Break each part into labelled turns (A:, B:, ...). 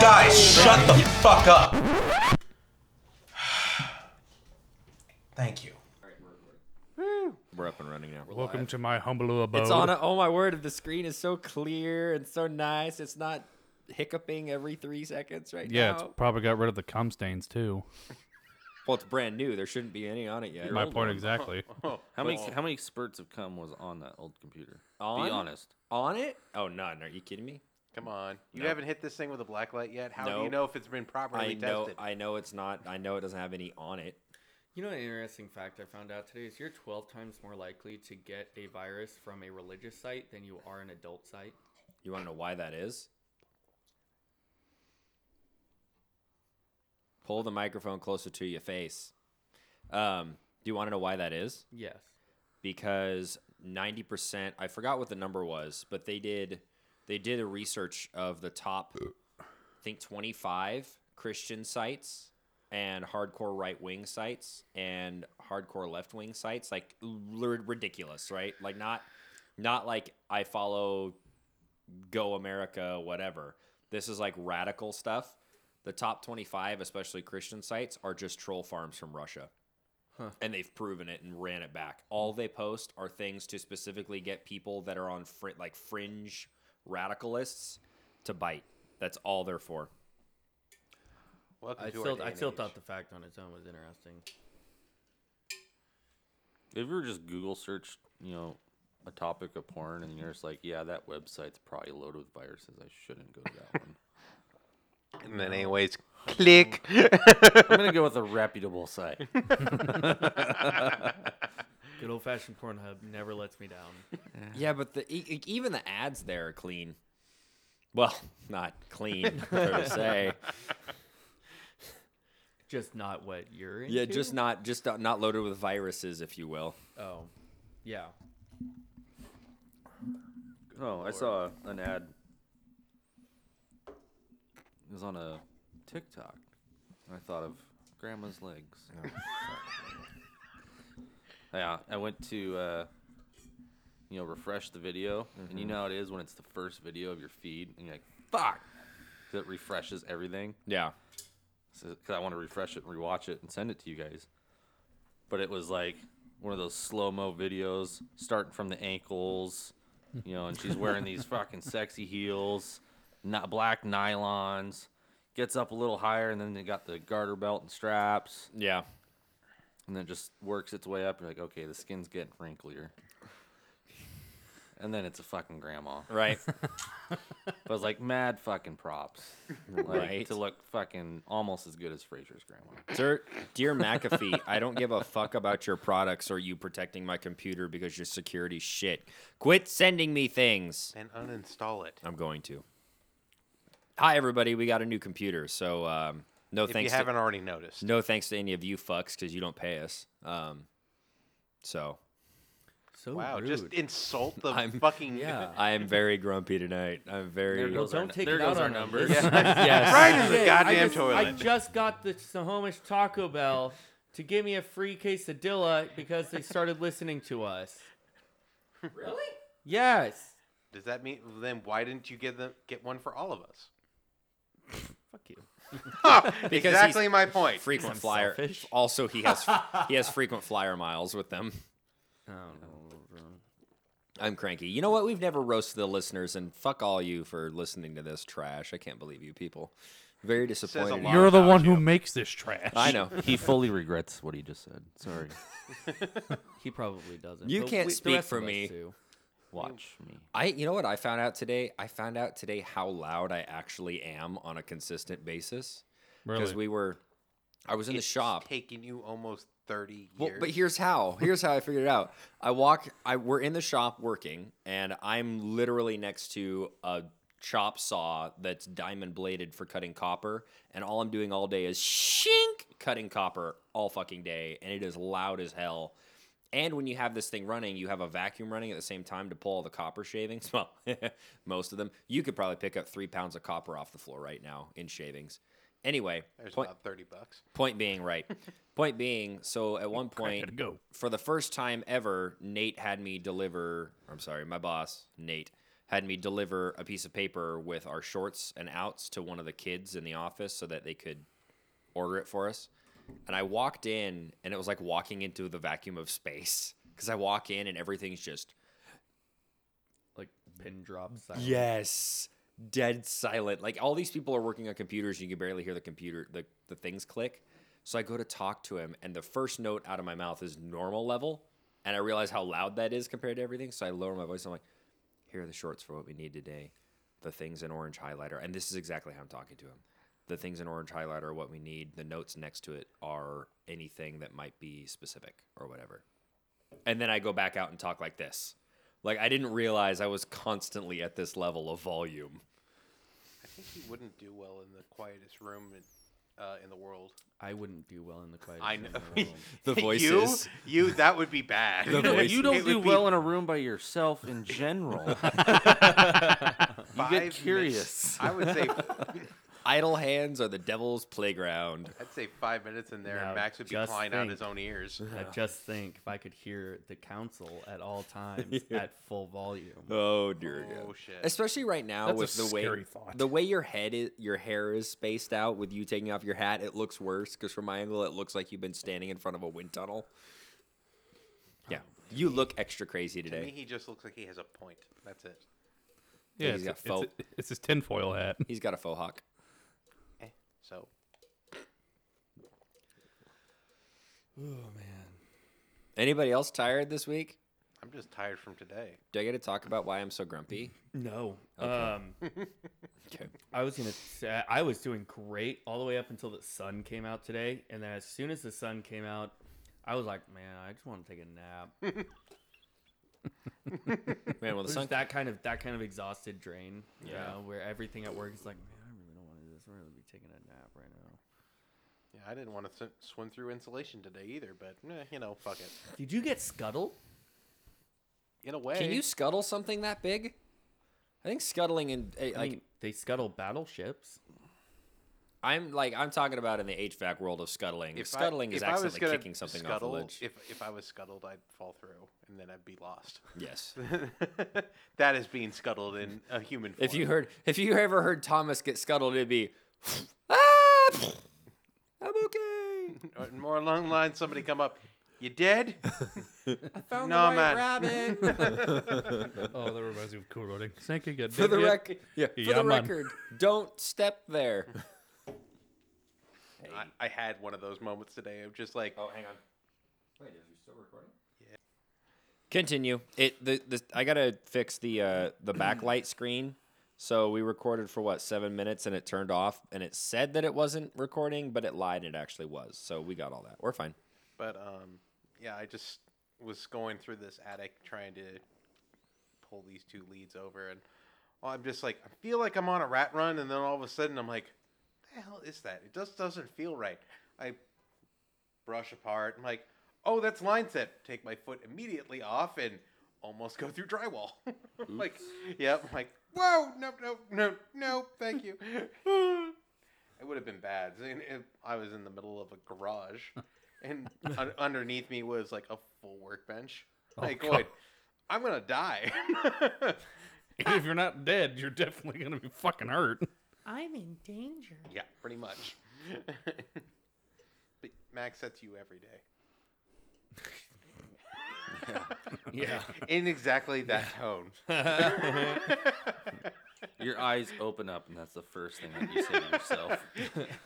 A: Guys, shut the fuck up. Thank you.
B: We're up and running now.
C: Welcome to my humble abode.
D: It's on. A, oh my word! The screen is so clear and so nice. It's not hiccuping every three seconds right
C: yeah,
D: now.
C: it's probably got rid of the cum stains too.
D: well, it's brand new. There shouldn't be any on it yet.
C: My point exactly.
B: How many how many spurts of cum was on that old computer?
D: On?
B: Be honest.
D: on it? Oh none. Are you kidding me?
E: Come on. You haven't hit this thing with a black light yet. How do you
D: Nope.
E: know if it's been properly
D: I know.
E: tested?
D: I know it's not. I know it doesn't have any on it.
F: You know, an interesting fact I found out today is you're 12 times more likely to get a virus from a religious site than you are an adult site.
D: You want to know why that is? Pull the microphone closer to your face. Um, do you want to know why that is?
F: Yes.
D: because 90% i forgot what the number was but they did they did a research of the top i think 25 christian sites and hardcore right wing sites and hardcore left wing sites like l- ridiculous right like not not like i follow go america whatever this is like radical stuff the top 25 especially christian sites are just troll farms from russia and they've proven it and ran it back. All they post are things to specifically get people that are on fr- like fringe radicalists to bite. That's all they're for.
E: Welcome
F: I
E: to our
F: still,
E: day
F: I
E: and
F: still
E: age.
F: thought the fact on its own was interesting.
B: If you were just Google search, you know, a topic of porn, and you're just like, yeah, that website's probably loaded with viruses. I shouldn't go to that one.
E: And then, anyways, click.
B: I'm gonna go with a reputable site.
F: Good old fashioned Pornhub never lets me down.
D: Yeah, but the e- e- even the ads there are clean. Well, not clean so to say.
F: Just not what you're into.
D: Yeah, just not just not loaded with viruses, if you will.
F: Oh, yeah.
B: Oh, I saw an ad. It was on a TikTok. I thought of grandma's legs. yeah, I went to uh, you know refresh the video, and you know how it is when it's the first video of your feed, and you're like, "Fuck," 'cause it refreshes everything.
D: Yeah.
B: because I want to refresh it and rewatch it and send it to you guys. But it was like one of those slow mo videos, starting from the ankles, you know, and she's wearing these fucking sexy heels, not black nylons. Gets up a little higher, and then they got the garter belt and straps,
D: Yeah.
B: and then just works its way up. You're like, okay, the skin's getting wrinklier. And then it's a fucking grandma.
D: Right.
B: But I was like, mad fucking props. Like,
D: Right.
B: To look fucking almost as good as Fraser's grandma.
D: Sir, dear McAfee, I don't give a fuck about your products or you protecting my computer because your security shit. Quit sending me things.
E: and uninstall it.
D: I'm going to. Hi everybody, we got a new computer, so um, no
E: If you
D: thanks. to-
E: haven't already noticed.
D: no thanks to any of you fucks because you don't pay us. Um, so
F: So
E: Wow,
F: rude.
E: just insult the
D: I'm-
E: fucking.
D: yeah, I am very grumpy tonight. I'm very
F: Well, don't take it out on numbers.
D: yes.
E: Right in the
F: I
E: goddamn
F: just, I
E: toilet.
F: just got the Snohomish Taco Bell to give me a free quesadilla because they started listening to us. Really? Yes.
E: Does that mean then why didn't you get them get one for all of us?
F: Fuck you.
D: he's
E: exactly my point.
D: Frequent flyer. Also, he has he has frequent flyer miles with them. I'm cranky. You know what? We've never roasted the listeners, and fuck all you for listening to this trash. I can't believe you people. Very disappointed. in
E: lot.
C: You're the
E: about
C: one
E: you.
C: who makes this trash.
D: I know.
B: he fully regrets what he just said. Sorry.
F: He probably doesn't.
D: You
F: but
D: can't
F: we- the
D: speak
F: rest
D: for
F: of us
D: me.
F: do.
B: Watch me.
D: I you know what I found out today? I found out today how loud I actually am on a consistent basis because
C: Really?
D: we were I was in
E: It's
D: the shop.
E: Taking you almost thirty years.
D: Well, but here's how. Here's how I figured it out. I walk. I we're in the shop working, and I'm literally next to a chop saw that's diamond bladed for cutting copper, and all I'm doing all day is shink cutting copper all fucking day, and it is loud as hell. And when you have this thing running, you have a vacuum running at the same time to pull all the copper shavings. Well, most of them. You could probably pick up three pounds of copper off the floor right now in shavings. Anyway,
E: There's
D: point,
E: about 30 bucks.
D: point being, right. point being, so at one
C: Gotta
D: point,
C: go.
D: for the first time ever, Nate had me deliver. I'm sorry, my boss, Nate, had me deliver a piece of paper with our shorts and outs to one of the kids in the office so that they could order it for us. And I walked in, and it was like walking into the vacuum of space because I walk in and everything's just
F: Like pin drops.
D: yes, dead silent. Like all these people are working on computers, and you can barely hear the computer the the things click. So I go to talk to him, and the first note out of my mouth is normal level, and I realize how loud that is compared to everything. So I lower my voice. I'm like, "Here are the shorts for what we need today. The things in orange highlighter, and this is exactly how I'm talking to him. The things in orange highlighter are what we need. The notes next to it are anything that might be specific or whatever." and then I go back out and talk like this. Like I didn't realize I was constantly at this level of volume.
E: I think he wouldn't do well in the quietest room in, uh, in the world.
F: I wouldn't do well in the quiet.
E: I know.
D: The voices.
E: You, you, that would be bad.
D: The voices.
B: you don't
E: It would
B: do
E: be Oh,
B: well in a room by yourself in general.
E: five minutes-
B: curious.
E: I would say,
D: Idle hands are the devil's playground.
E: I'd say five minutes in there,
F: Now,
E: and Max would be
F: just
E: clawing out his
F: think.
E: own ears.
F: I just think if I could hear the council at all times at full volume.
D: Oh dear.
E: Oh shit!
D: Especially right now
C: That's a
D: with the way
C: scary thought.
D: the way your head is, your hair is spaced out with you taking off your hat, it looks worse because from my angle it looks like you've been standing in front of a wind tunnel. Yeah.
C: Oh,
D: You look extra crazy
E: To me,
D: today.
E: he just looks like he has a point. That's it.
C: Yeah,
D: he's
C: it's,
D: got
C: it's,
D: felt.
C: it's, his tinfoil hat.
D: He's got a faux hawk.
E: Eh, so
D: Anybody else tired this week?
E: I'm just tired from today.
D: Do I get to talk about why I'm so grumpy?
F: No. Um,
D: Okay.
F: I was gonna. Say, I was doing great all the way up until the sun came out today, and then as soon as the sun came out, I was like, man, I just want to take a nap. It
D: Man, well the
F: was
D: sun
F: just that kind of that kind of exhausted drain. You know, where everything at work is like, man, I really don't want to do this. I'm really be taking a nap right now.
E: Yeah, I didn't want to s- swim through insulation today either, but eh, you know, fuck it.
F: Did you get scuttled?
E: In a way,
D: Can you scuttle something that big? I think scuttling and eh, like
F: I mean, they scuttle battleships.
D: I'm like I'm talking about in the HVAC world of scuttling.
E: If I-
D: scuttling is
E: if I was
D: accidentally
E: gonna
D: kicking something
E: scuttle,
D: off a ledge.
E: If if I was scuttled, I'd fall through, and then I'd be lost.
D: yes.
E: that is being scuttled in a human form.
D: if you heard if you ever heard Thomas get scuttled, it'd be ah, I'm okay.
E: Or- more along the line, somebody come up. You dead?
D: Found
E: No, man.
D: rabbit.
C: oh, that reminds me of cool running. Thank you.
D: for the record. Yeah, for
C: Yeah,
D: the
C: man.
D: record. Don't step there.
E: I, I had one of those moments today of just like,
D: Oh, hang on. Wait, is you still recording? Yeah. Continue. It the, the I gotta fix the uh, the backlight screen. So we recorded for what seven minutes and it turned off and it said that it wasn't recording, but it lied and it actually was. So we got all that. We're fine.
E: but um, yeah, I just was going through this attic trying to pull these two leads over, and well, I'm just like, I feel like I'm on a rat run, and then all of a sudden I'm like, the hell is that? It just doesn't feel right. I brush apart. I'm like, oh, that's line set. Take my foot immediately off and almost go through drywall. I'm like, yep. I'm like, whoa, no, no, no, no, thank you. it would have been bad. I mean, if I was in the middle of a garage, and un- underneath me was like a full workbench.
F: Oh,
E: like, going, I'm gonna die.
C: if you're not dead, you're definitely gonna be fucking hurt.
G: I'm in danger.
E: yeah, pretty much. but Max, that's you every day.
F: Yeah.
E: in exactly that tone.
B: Your eyes open up, and that's the first thing that you say to yourself.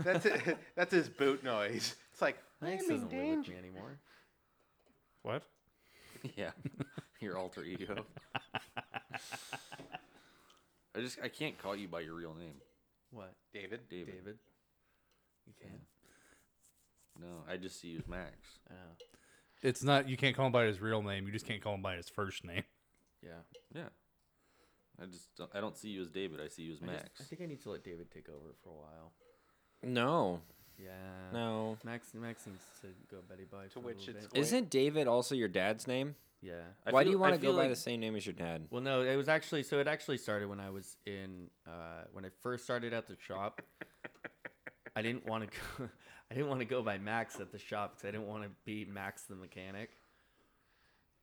E: That's it. That's his boot noise. It's like
F: Max
E: I'm in
F: doesn't live with
E: danger.
F: me anymore.
C: What?
B: Yeah, your alter ego. I just I can't call you by your real name,
F: What,
E: David.
B: David.
F: David? You can't. Oh,
B: No, I just see you as Max.
F: I know.
C: It's not. You can't call him by his real name. You just can't call him by his first name.
F: Yeah.
B: Yeah, I just don't, I don't see you as David. I see you as
F: I
B: Max.
F: just- I think I need to let David take over for a while.
D: No.
F: Yeah.
D: No.
F: Max Max needs to go Betty Bye.
E: To
F: for a
E: which
F: little
E: it's
F: bit.
E: Wait.
D: Isn't David also your dad's name?
F: yeah.
D: Why do
B: feel-
D: you want
B: I
D: to go
B: feel
D: by
B: like-
D: the same name as your dad?
F: Well, no, it was actually so. It actually started when I was in uh, when I first started at the shop. I didn't want to go. I didn't want to go by Max at the shop because I didn't want to be Max the mechanic.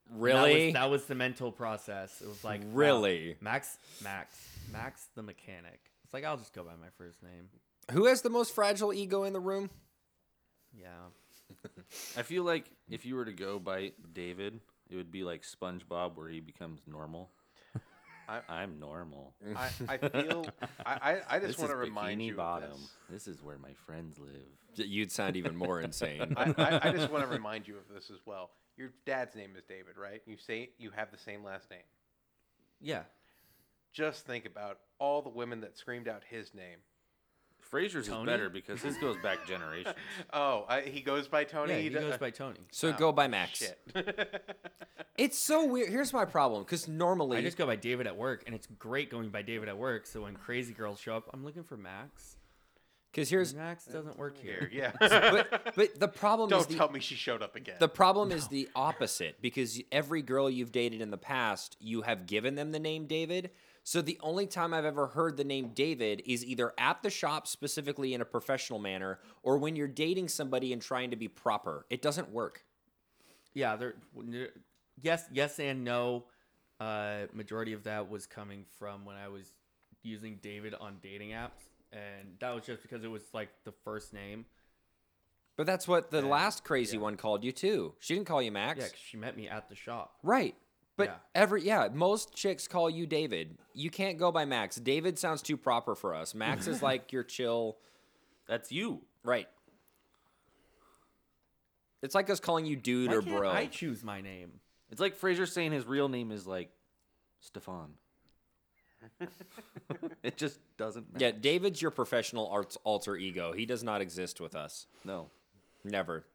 F: That was-
D: Really?
F: That was, the mental process. It was like wow,
D: Really?
F: Max, Max, Max the mechanic. It's like I'll just go by my first name.
D: Who has the most fragile ego in the room?
F: Yeah,
B: I feel like if you were to go by David, it would be like SpongeBob, where he becomes normal.
E: I-
B: I'm normal.
E: I, I feel I, I, I
B: This
E: just
B: is
E: want to remind
B: Bikini
E: you
B: Bottom.
E: Of this.
B: This is where my friends live.
D: You'd sound even more insane.
E: I, I, I just want to remind you of this as well. Your dad's name is David, right? You say you have the same last name.
F: yeah.
E: Just think about all the women that screamed out his name.
B: Frasier's
F: Tony?
B: is better because his goes back generations.
E: Oh, I, he goes by Tony. uh,
F: yeah he
E: d-
F: goes by Tony.
D: So go by Max.
E: Shit.
D: It's so weird. Here's my problem because normally
F: I just go by David at work, and it's great going by David at work. So when crazy girls show up, I'm looking for Max.
D: because here's
F: Max doesn't work
E: Here,
F: here.
E: yeah.
D: but but the problem is
E: Don't
D: the
E: tell me she showed up again.
D: The problem is the opposite because every girl you've dated in the past, you have given them the name David. So the only time I've ever heard the name David is either at the shop specifically in a professional manner or when you're dating somebody and trying to be proper. It doesn't work.
F: Yeah, there. when there- Yes, yes, and no. Uh, majority of that was coming from when I was using David on dating apps, and that was just because it was like the first name.
D: But that's what the last crazy one called you too. She didn't call you Max.
F: Yeah, 'cause she met me at the shop.
D: Right. But
F: Yeah.
D: every yeah, most chicks call you David. You can't go by Max. David sounds too proper for us. Max is like your chill
B: That's you.
D: Right. It's like us calling you dude
F: Why
D: or
F: can't
D: bro.
F: I choose my name?
B: It's like Frasier saying his real name is like Stefan. it just doesn't matter.
D: Yeah, David's your professional art- alter ego. He does not exist with us.
B: No.
D: Never.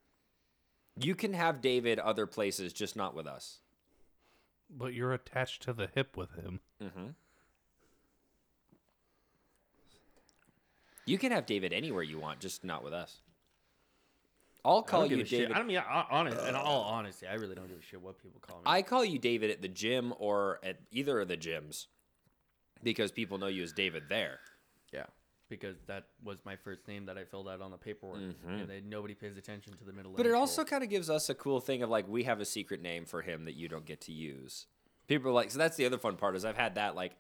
D: You can have David other places, just not with us.
C: But you're attached to the hip with him.
D: You can have David anywhere you want, just not with us. I'll
F: I
D: call
F: don't give
D: you
F: a shit.
D: David.
F: I mean, I- honest, in all honesty, I really don't give a shit what people call me.
D: I call you David at the gym or at either of the gyms because people know you as David there.
F: yeah, because that was my first name that I filled out on the paperwork, and they, nobody pays attention to the middle.
D: But it
F: initial.
D: also kind of gives us a cool thing of like we have a secret name for him that you don't get to use. People are like, so that's the other fun part is I've had that like,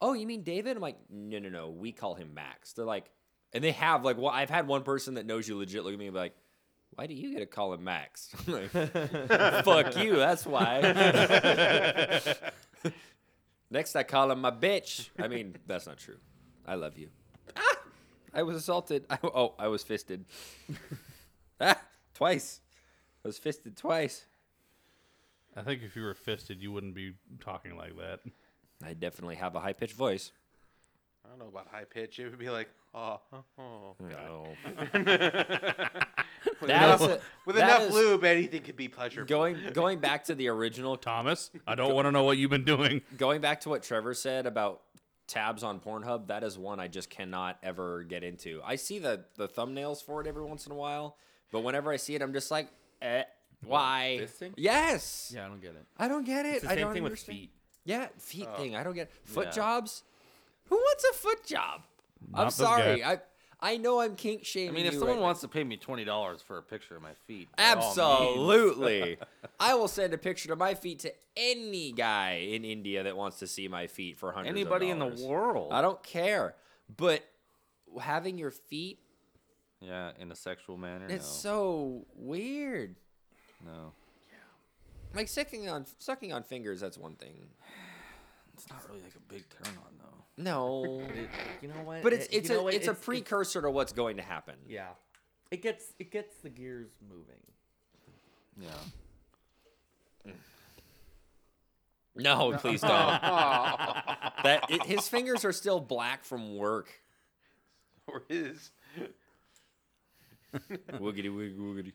D: oh, you mean David? I'm like, no, no, no, we call him Max. They're like, and they have like, well, I've had one person that knows you legit look at me and be like, why do you get to call him Max? I'm like, fuck you, that's why. Next, I call him my bitch. I mean, that's not true. I love you. Ah! I was assaulted. I, oh, I was fisted. ah, twice. I was fisted twice.
C: I think if you were fisted, you wouldn't be talking like that.
D: I definitely have a high pitched voice.
E: I don't know about high pitch. It would be like, oh, oh.
D: No.
E: With
D: That
E: enough,
D: is a-
E: with
D: that
E: enough
D: is-
E: lube, anything could be pleasurable.
D: Going going back to the original
C: Thomas, I don't want to know what you've been doing.
D: going back to what Trevor said about tabs on Pornhub, that is one I just cannot ever get into. I see the the thumbnails for it every once in a while, but whenever I see it I'm just like, eh, why?
F: fisting?
D: Yes.
F: yeah, I don't get it.
D: I don't get it.
F: It's the
D: I
F: same
D: don't
F: thing with
D: understand.
F: feet.
D: Yeah, feet thing. I don't get foot
B: Oh, Yeah.
D: jobs. Who wants a foot job? I'm
C: Not this
D: sorry.
C: guy.
D: I I know I'm kink
B: I
D: shaming.
B: mean, if
D: you
B: someone
D: right now.
B: wants to pay me twenty dollars for a picture of my feet, by all means.
D: Absolutely. I will send a picture of my feet to any guy in India that wants to see my feet for hundreds. of
B: Anybody in the
D: dollars.
B: world.
D: I don't care. But having your feet,
B: Yeah, in a sexual manner.
D: it's
B: no.
D: so weird.
B: no.
D: Like sucking on sucking on fingers, that's one thing.
B: It's not really like a big turn on though.
D: No,
F: You know what?
D: but it's
F: It- you
D: it's
F: know
D: a
F: what?
D: it's, a precursor to what's going to happen.
F: Yeah, it gets it gets the gears moving.
B: Yeah.
D: No, please don't. that it, his fingers are still black from work.
E: Or his.
D: Woogity wig woogity.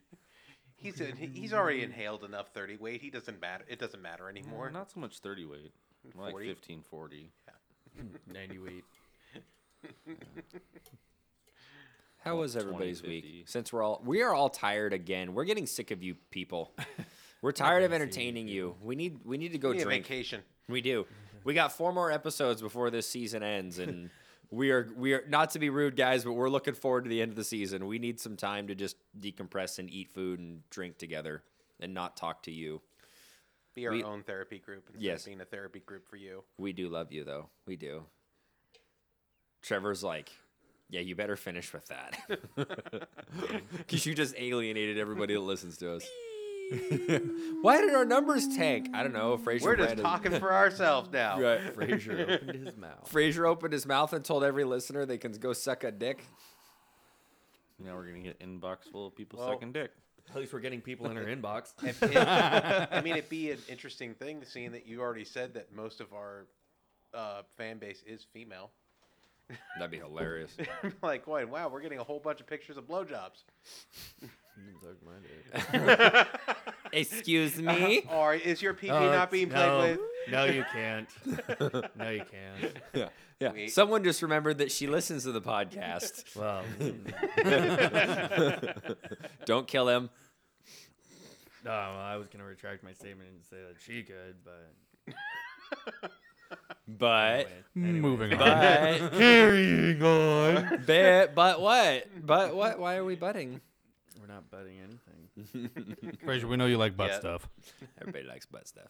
E: He's in, he's already inhaled enough thirty weight. He doesn't matter. It doesn't matter anymore.
B: Not so much thirty weight. More like
E: 40?
B: fifteen forty.
F: Ninety eight.
D: How was everybody's
B: 50.
D: week? Since we're all we are all tired again. We're getting sick of you people. We're tired of entertaining you. We need we need to go
E: Give me a
D: drink.
E: vacation.
D: We do. We got four more episodes before this season ends and we are we are not to be rude, guys, but we're looking forward to the end of the season. We need some time to just decompress and eat food and drink together and not talk to you.
E: Be our
D: We-
E: own therapy group instead
D: Yes.
E: of being a therapy group for you.
D: We do love you though. We do. Trevor's like, yeah, you better finish with that. Because you just alienated everybody that listens to us. Why did our numbers tank? I don't know. Fraser
E: We're just
D: Brandon-
E: talking for ourselves now.
D: Right.
F: Frazier opened his mouth.
D: Fraser opened his mouth and told every listener they can go suck a dick.
B: Now we're gonna get inbox full of people
E: Well-
B: sucking dick.
F: At least we're getting people in our inbox.
E: If it- I mean, it'd be an interesting thing, seeing that you already said that most of our uh, fan base is female.
D: That'd be hilarious.
E: like, going, wow, we're getting a whole bunch of pictures of blowjobs.
D: Excuse me.
E: Or is your PP
F: Oh,
E: not being played
F: no.
E: with?
F: No, you can't. No, you can't.
D: yeah. Yeah.
E: Wait.
D: Someone just remembered that she listens to the podcast.
F: Well, mm,
D: Don't kill him.
F: no, Oh, I was gonna retract my statement and say that she could, but
D: But
F: anyway, anyway.
C: Moving on.
D: but
C: Carrying on.
D: but, but what? But what? Why are we butting?
F: We're not butting anything.
C: Fraser, we know you like butt
E: Yeah.
C: stuff.
D: Everybody likes butt stuff.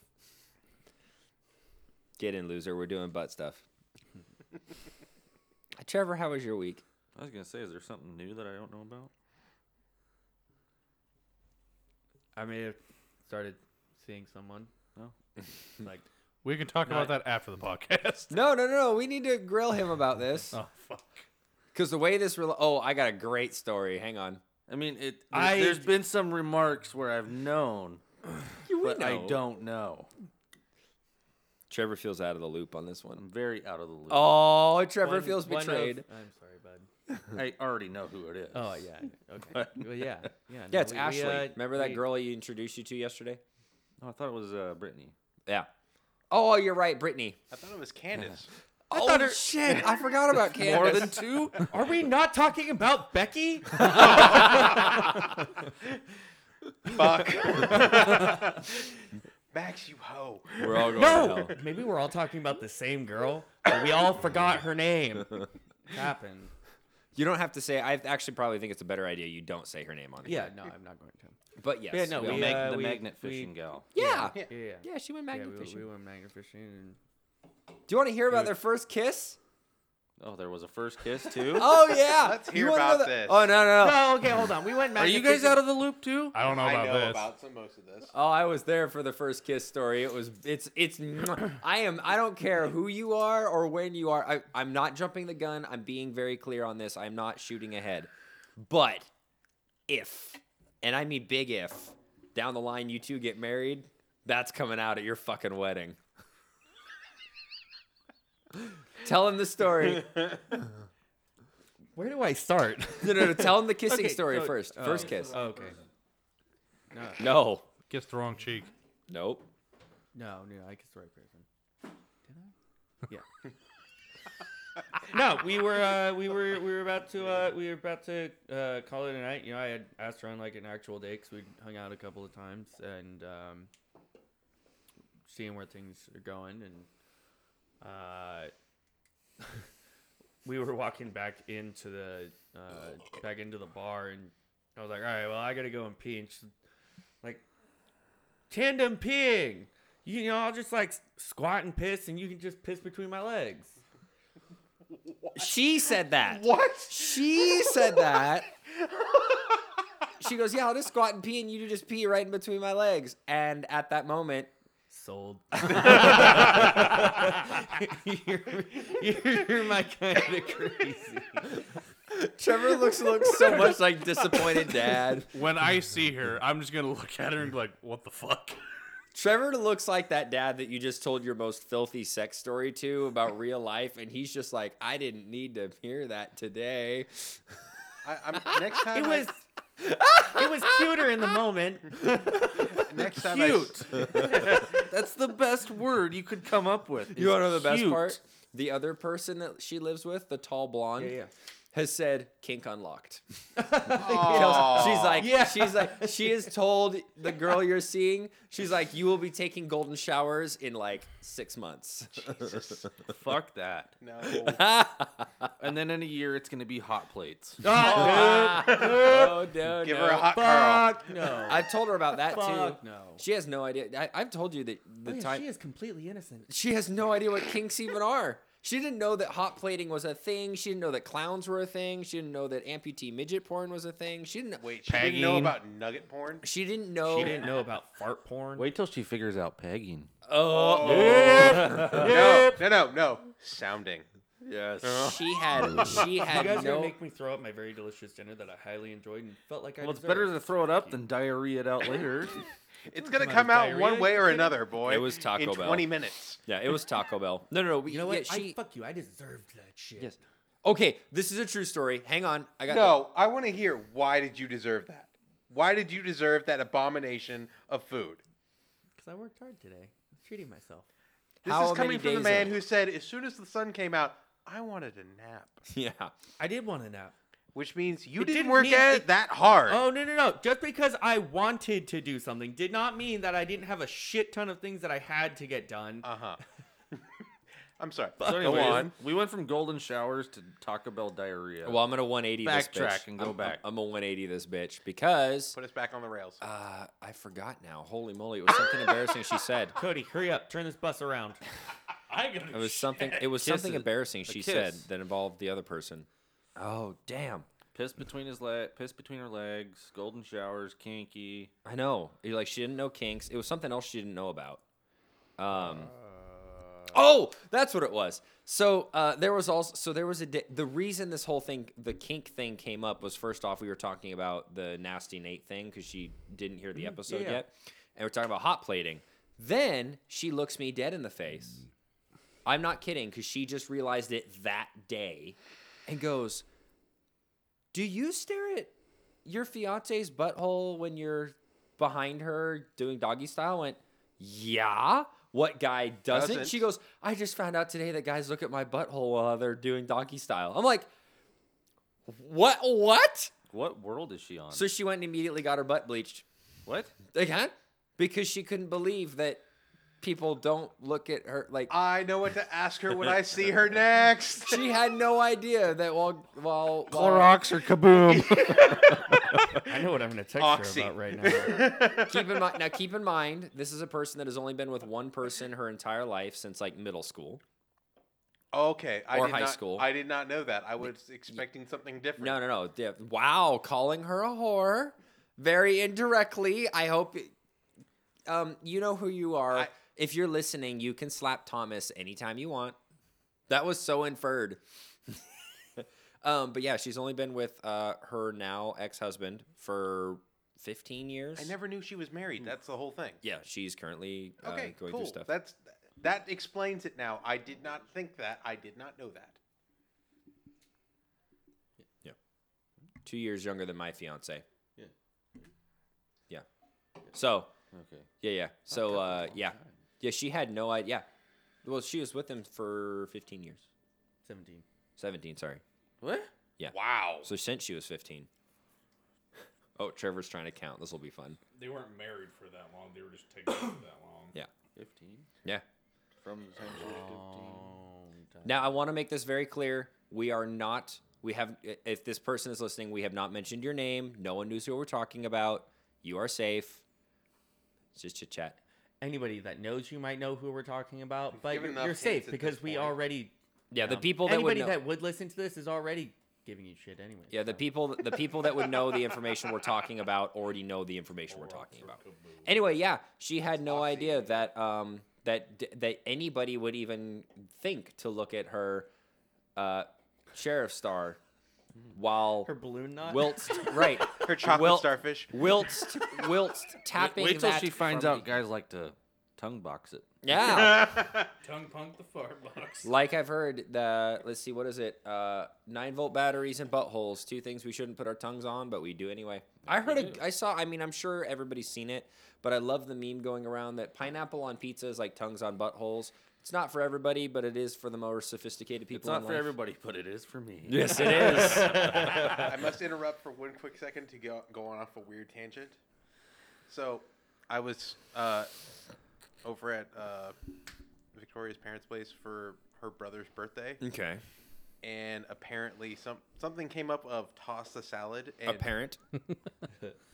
D: Get in, loser. We're doing butt stuff. Trevor, how was your week?
B: I was gonna say, is there something new that I don't know about?
F: I may have started seeing someone.
B: No.
F: like
C: We can talk about that after the podcast.
D: No, no, no, no. We need to grill him about this
C: Oh fuck.
D: because the way this. Rela- oh, I got a great story. Hang on.
B: I mean, it. There's,
C: I-
B: there's been some remarks where I've known, but I
D: know.
B: don't know.
D: Trevor feels out of the loop on this one.
B: I'm very out of the loop.
D: Oh, Trevor
F: one-
D: feels
F: one of-
D: betrayed.
F: I'm sorry, bud.
B: I already know who it is.
F: Oh yeah. Okay. well, yeah. Yeah.
D: yeah, it's
F: no, we-
D: Ashley.
F: we, uh,
D: Remember that
F: we-
D: girl you introduced you to yesterday?
B: No, I thought it was uh, Brittany.
D: Yeah. Oh, you're right, Brittany.
E: I thought it was Candace.
D: oh shit! I forgot about Candace.
B: More than two?
F: Are we not talking about Becky?
E: Fuck. Max, you hoe.
D: We're all going to
F: no.
D: hell.
F: Maybe we're all talking about the same girl, but we all forgot her name. Happened.
D: You don't have to say. I actually probably think it's a better idea. You don't say her name on it.
F: Yeah. No, I'm not going to.
D: But yes.
F: Yeah, no,
D: we
B: The,
D: all-
F: we,
B: mag-
F: uh,
B: the
F: we-
B: magnet
F: we-
B: fishing gal.
D: yeah.
E: Yeah.
F: Yeah. Yeah.
D: Yeah, she went
F: yeah
D: magnet
F: we,
D: fishing.
F: we went magnet fishing. And
D: Do you want to hear about their first kiss?
B: Oh, there was a first kiss too.
D: Oh yeah.
E: Let's
D: You
E: hear
D: wanna know
E: about
D: the-
E: this.
D: Oh no, no, no.
F: Oh, okay. Hold on. We went
B: Are
F: magnet.
B: you guys out of the loop too?
C: I don't know
E: I
C: about
E: know
C: this.
E: about some most of this.
D: Oh, I was there for the first kiss story. It was it's it's I am I don't care who you are or when you are. I, I'm not jumping the gun. I'm being very clear on this. I'm not shooting ahead. But if and I mean big if down the line you two get married, that's coming out at your fucking wedding. Tell him the story.
F: Where do I start?
D: No, no, no. Tell him the kissing
F: Okay,
D: story
F: so-
D: first.
F: oh.
D: First kiss.
F: okay.
D: No.
C: Kissed the wrong cheek.
D: Nope.
F: No, no, I kissed the right person. Did I? Yeah. no, we were uh, we were we were about to uh, we were about to uh, call it a night. You know, I had asked her on like an actual date because we hung out a couple of times and um, seeing where things are going and uh, we were walking back into the uh, back into the bar and I was like, all right, well, I gotta go and pee. And she's like, tandem peeing. You know, I'll just like squat and piss, and you can just piss between my legs.
D: She said that.
E: What?
D: She said that. She goes, Yeah, I'll just squat and pee, and you just pee right in between my legs. And at that moment,
F: Sold. you're, you're my kind of crazy.
D: Trevor looks looks so much like disappointed dad.
C: When I see her, I'm just gonna look at her and be like, "What the fuck?"
D: Trevor looks like that dad that you just told your most filthy sex story to about real life, and he's just like, I didn't need to hear that today.
E: I, I'm, next time,
F: It was. It was cuter in the moment.
E: I, next time
B: Cute.
E: I, s-
B: That's the best word you could come up with.
D: You
B: is
D: wanna know the best
B: cute.
D: part? The other person that she lives with, the tall blonde, has said kink unlocked. Kels- she's like, she's like, she has told the girl you're seeing, she's like, you will be taking golden showers in like six months.
E: Jesus.
B: Fuck that.
E: No.
B: And then in a year, it's gonna be hot plates.
D: oh no,
E: Give
D: no.
E: her a hot Carl.
F: no.
D: I've told her about that
F: Fuck
D: too.
F: no.
D: She has no idea. I, I've told you that the
F: Oh, yeah,
D: time
F: she is completely innocent.
D: She has no idea what kinks even are. She didn't know that hot plating was a thing. She didn't know that clowns were a thing. She didn't know that amputee midget porn was a thing. She didn't.
E: Wait, she didn't know
C: Pegging.
E: about nugget porn?
D: She didn't know.
F: She didn't know about fart porn.
B: Wait till she figures out pegging.
D: Oh,
E: No, no, no, no. Sounding.
B: Yes.
D: she had. She
F: you
D: had
F: guys
D: no.
F: gonna make me throw up my very delicious dinner that I highly enjoyed and felt like I.
B: Well, it's
F: deserved.
B: better to throw it up than diarrhea it out later.
E: It's gonna come out one way or another, boy.
D: It was Taco
E: in
D: Bell.
E: Twenty minutes.
D: yeah, it was Taco Bell. No, no, no. We,
F: You know what?
D: yeah, she,
F: I fuck you. I deserved that shit.
D: Yes. okay, this is a true story. Hang on, I got.
E: No, I want to hear why did you deserve that? Why did you deserve that abomination of food?
F: Because I worked hard today. I'm treating myself.
E: This
D: How
E: is coming
D: many
E: from the
D: days
E: man
D: of-
E: who said, as soon as the sun came out, I wanted a nap,
D: The, yeah.
F: I did want to nap.
E: which means you
F: It
E: didn't,
F: didn't
E: work
F: mean-
E: at it
F: it-
E: that hard.
F: Oh no no no! Just because I wanted to do something did not mean that I didn't have a shit ton of things that I had to get done.
E: Uh huh. I'm sorry.
B: So
E: Go
B: anyways,
E: on.
B: We went from golden showers to Taco Bell diarrhea.
D: Well, I'm gonna 180 this bitch.
B: Backtrack and go
D: I'm-
B: back.
D: I'm, I'm a 180 this bitch because
E: Put us back on the rails.
D: uh, I forgot now. Holy moly, it was something embarrassing she said.
F: Cody, hurry up! Turn this bus around.
D: It was something. It was something
B: Kisses.
D: embarrassing she said
B: kiss.
D: that involved the other person. Oh damn!
B: piss between his leg, piss between her legs, golden showers, kinky.
D: I know. You're like she didn't know kinks. It was something else she didn't know about. Um. Oh, that's what it was. So uh, there was also so there was a di- the reason this whole thing the kink thing came up was first off we were talking about the nasty Nate thing because she didn't hear the episode yet, and we're talking about hot plating. Then she looks me dead in the face. I'm not kidding because she just realized it that day, and goes, "Do you stare at your fiance's butthole when you're behind her doing doggy style went, yeah. What guy doesn't?
E: Doesn't.
D: She goes, I just found out today that guys look at my butthole while they're doing doggy style. I'm like, what? What?
B: What world is she on?
D: So she went and immediately got her butt bleached
B: what?
D: again because she couldn't believe that people don't look at her like.
E: I know what to ask her when I see her next.
D: She had no idea that while while, while
B: Clorox or kaboom?
F: I know what I'm gonna text
E: Oxy.
F: her about right now.
D: keep in mind now keep in mind this is a person that has only been with one person her entire life since like middle school.
E: Okay, I
D: Or
E: did
D: high
E: not,
D: school.
E: I did not know that. I was expecting something different.
D: No, no, no. Yeah. Wow, calling her a whore very indirectly. I hope it- um, you know who you are.
E: I-
D: if you're listening, you can slap Thomas anytime you want. That was so inferred. um, but yeah, she's only been with uh, her now ex husband for 15 years.
E: I never knew she was married. That's the whole thing.
D: Yeah, she's currently uh,
E: Okay,
D: Mm. going
E: cool.
D: through stuff.
E: That's that explains it now. I did not think that. I did not know that.
D: Two years younger than my fiance. Yeah. Yeah. So
B: okay.
D: Yeah, yeah. So, uh, yeah, yeah. She had no idea. Yeah. Well, she was with him for 15 years,
F: Seventeen.
D: 17. Sorry.
B: What?
E: Wow.
D: So since she was 15. Oh, Trevor's trying to count. This will be fun.
C: They weren't married for that long. They were just together for that long.
D: Yeah.
B: Fifteen.
D: Yeah.
B: From the time she was fifteen.
D: Oh. Now I want to make this very clear. We are not. We have. i- If this person is listening, we have not mentioned your name. No one knows who we're talking about. You are safe. It's just chit chat.
F: Anybody that knows you might know who we're talking about, but
E: given
F: you're,
E: enough
F: you're safe
E: hints at
F: because
E: this
F: we
E: point.
F: already.
D: Yeah, the
F: um,
D: people that would
F: anybody
D: know.
F: that would listen to this is already giving you shit anyway.
D: Yeah, the
F: so.
D: people the people that would know the information we're talking about already know the information we're talking about. Anyway, yeah, she had no idea that um that d- that anybody would even think to look at her uh sheriff star while
F: her balloon knot.
D: whilst right
E: Her chocolate
D: Well-
E: starfish.
D: whilst whilst tapping
B: Wait till
D: that
B: she finds
D: from
B: out guys like to tongue box it.
D: the- yeah
C: Tongue punk the fart box.
D: like i've heard the let's see what is it uh 9 volt batteries and buttholes two things we shouldn't put our tongues on but we do anyway i heard a, i saw i mean i'm sure everybody's seen it but i love the meme going around that pineapple on pizza is like tongues on buttholes It's not for everybody, but it is for the more sophisticated people.
B: It's not
D: in
B: for
D: life.
B: everybody, but it is for me.
D: Yes, it is.
E: I must interrupt for one quick second to go, go on off a weird tangent. So, I was uh, over at uh, Victoria's parents' place for her brother's birthday,
D: okay.
E: and apparently some something came up of toss the salad, and,
D: A parent.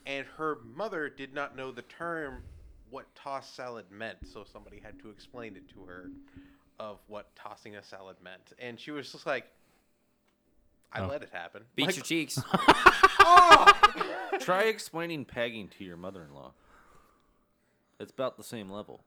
E: and her mother did not know the term what toss salad meant, so somebody had to explain it to her of what tossing a salad meant, and she was just like, "I
D: Oh.
E: let it happen."
D: Beat
E: Like,
D: your cheeks.
B: Try explaining pegging to your mother-in-law. It's about the same level.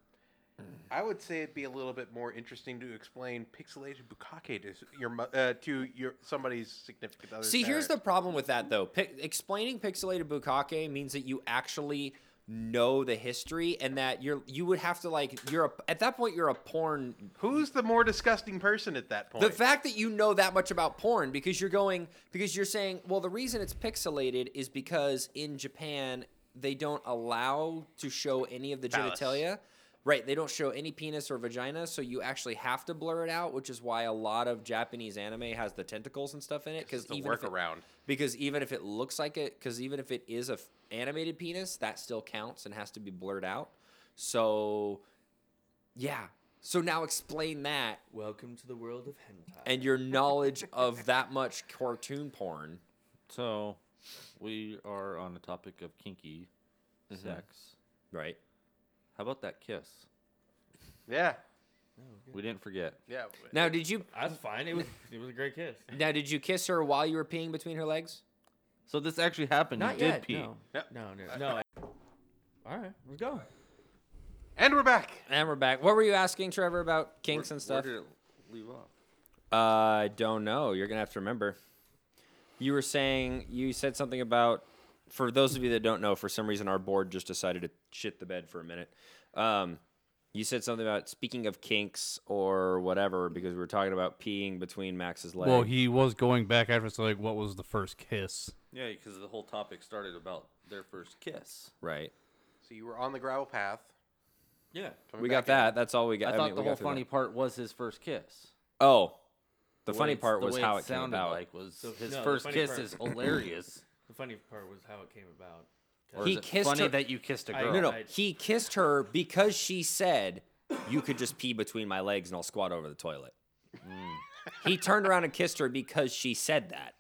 E: I would say it'd be a little bit more interesting to explain pixelated bukkake to s- your mo- uh, to your somebody's significant other.
D: See, here's the problem with that though. Pic- explaining pixelated bukkake means that you actually know the history and that you're you would have to like you're a, at that point you're a porn
E: who's the more disgusting person at that point.
D: The fact that you know that much about porn because you're going because you're saying, well, the reason it's pixelated is because in Japan they don't allow to show any of the
E: Phallus.
D: genitalia. Right, they don't show any penis or vagina, so you actually have to blur it out, which is why a lot of Japanese anime has the tentacles and stuff in it. Because
E: It's a
D: even if it-
E: workaround.
D: because even if it looks like it, because even if it is a f- animated penis, that still counts and has to be blurred out. So, yeah. So now explain that
F: Welcome to the world of hentai.
D: and your knowledge of that much cartoon porn.
B: So, we are on the topic of kinky
D: Mm-hmm.
B: sex.
D: Right.
B: How about that kiss?
E: yeah,
B: We didn't forget.
E: yeah.
D: Now did you
F: That's fine. It was it was a great kiss.
D: now did you kiss her while you were peeing between her legs?
B: So this actually happened.
D: Not
B: you
D: yet.
B: did pee.
F: No, no,
E: Yep.
F: no. Uh, no. All right, let's go.
E: And we're back.
D: And we're back. What were you asking Trevor about kinks
B: Where-
D: and stuff?
B: Where did it leave off?
D: I don't know. You're gonna have to remember. You were saying you said something about. For those of you that don't know, for some reason our board just decided to shit the bed for a minute. Um, you said something about speaking of kinks or whatever because we were talking about peeing between Max's legs.
C: Well, he was going back after so like what was the first kiss?
B: Yeah, because the whole topic started about their first kiss.
D: right.
E: So you were on the gravel path.
F: Yeah.
E: coming
D: We got
E: back
D: that. That's all we got.
B: I,
D: mean,
B: thought
D: we
B: the
D: got
B: whole
D: through that.
B: funny part was his first kiss.
D: Oh, the
B: way
D: funny
B: it's-
D: part
B: the
D: was
B: way
D: how it, came
B: sounded
D: about.
B: like was his
F: no, the
B: first
F: funny
B: kiss
F: part-
B: is hilarious.
F: The funny part was how it came about.
B: Or
D: He
B: is it
D: kissed
B: funny
D: her-
B: that you kissed a
F: I-
B: girl.
D: no, no,
F: I-
D: he kissed her because she said, "You could just pee between my legs and I'll squat over the toilet." Mm. he turned around and kissed her because she said that.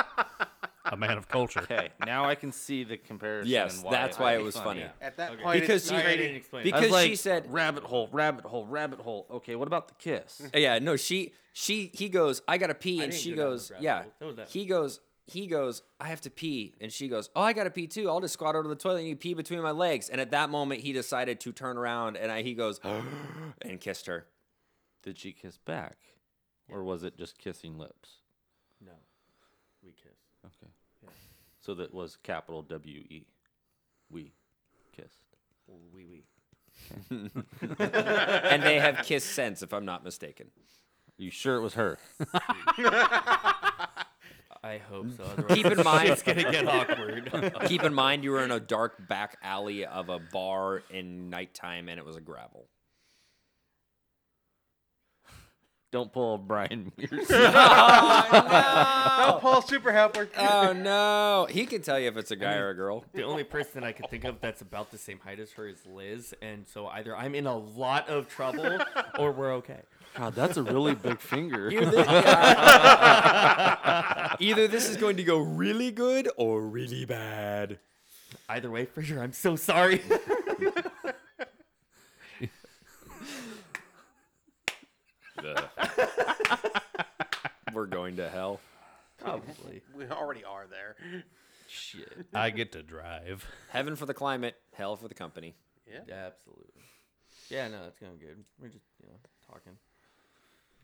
C: A man of culture.
B: Okay, now I can see the comparison.
D: Yes,
B: and why
D: that's
B: it
D: why
B: would
D: it
B: be
D: was funny.
E: At that
F: Okay.
E: point,
D: Because
E: it's
D: you-
F: I
E: creating-
F: didn't explain.
B: I
F: it.
B: was
D: Because she
B: like,
D: said-
B: rabbit hole, rabbit hole, rabbit hole. Okay, what about the kiss?
D: Yeah, no, she she he goes, "I got to pee." And
F: didn't
D: she
F: go down
D: goes,
F: the rabbit
D: "Yeah."
F: hole. That was that.
D: He goes he goes, I have to pee. And she goes, Oh, I got to pee too. I'll just squat over the toilet and you pee between my legs. And at that moment, he decided to turn around and I, he goes, and kissed her.
B: Did she kiss back, or was it just kissing lips?
F: No, we kissed.
B: Okay, so that was capital W E. We kissed.
F: Wee wee.
D: And they have kissed since, if I'm not mistaken.
B: You sure it was her?
F: I hope so. Otherwise,
D: Keep in mind,
F: it's gonna get awkward.
D: Keep in mind, you were in a dark back alley of a bar in nighttime, and it was a gravel.
B: Don't pull a Brian Mears.
E: Oh, Paul Super Helper.
D: Oh no! He can tell you if it's a guy or a girl.
F: the only person I could think of that's about the same height as her is Liz, and so either I'm in a lot of trouble or we're okay.
B: God, that's a really big finger.
D: Either this is going to go really good or really bad.
F: Either way, Fraser, I'm so sorry.
D: We're going to hell.
F: Probably.
E: we already are there.
B: Shit.
C: I get to drive.
D: Heaven for the climate, hell for the company.
F: Absolutely. Yeah, no, that's going good. We're just, you know, talking.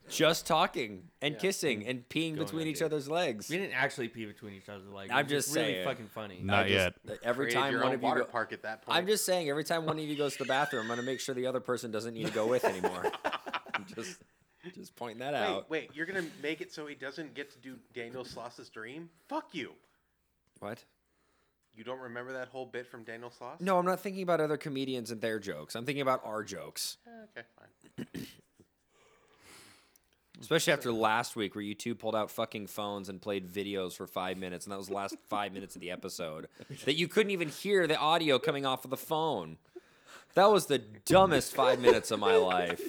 D: Just talking and kissing and peeing between
F: on
D: each
F: dates.
D: other's legs.
F: We didn't actually pee between each other. Like, it
D: I'm
F: was just
D: just
F: really
D: saying.
F: fucking funny.
C: Not yet.
D: Every
E: Created
D: time
E: your
D: one
E: own
D: of you.
E: water
D: Go-
E: park at that point.
D: I'm just saying, every time one of you goes to the bathroom, I'm gonna make sure the other person doesn't need to go with anymore. I'm just, just pointing that
E: wait,
D: out.
E: wait. You're gonna make it so he doesn't get to do Daniel Sloss's dream? Fuck you.
D: What?
E: You don't remember that whole bit from Daniel Sloss?
D: No, I'm not thinking about other comedians and their jokes. I'm thinking about our jokes,
E: Okay, fine.
D: especially after last week where you two pulled out fucking phones and played videos for five minutes, and that was the last five minutes of the episode that you couldn't even hear the audio coming off of the phone. That was the dumbest five minutes of my life.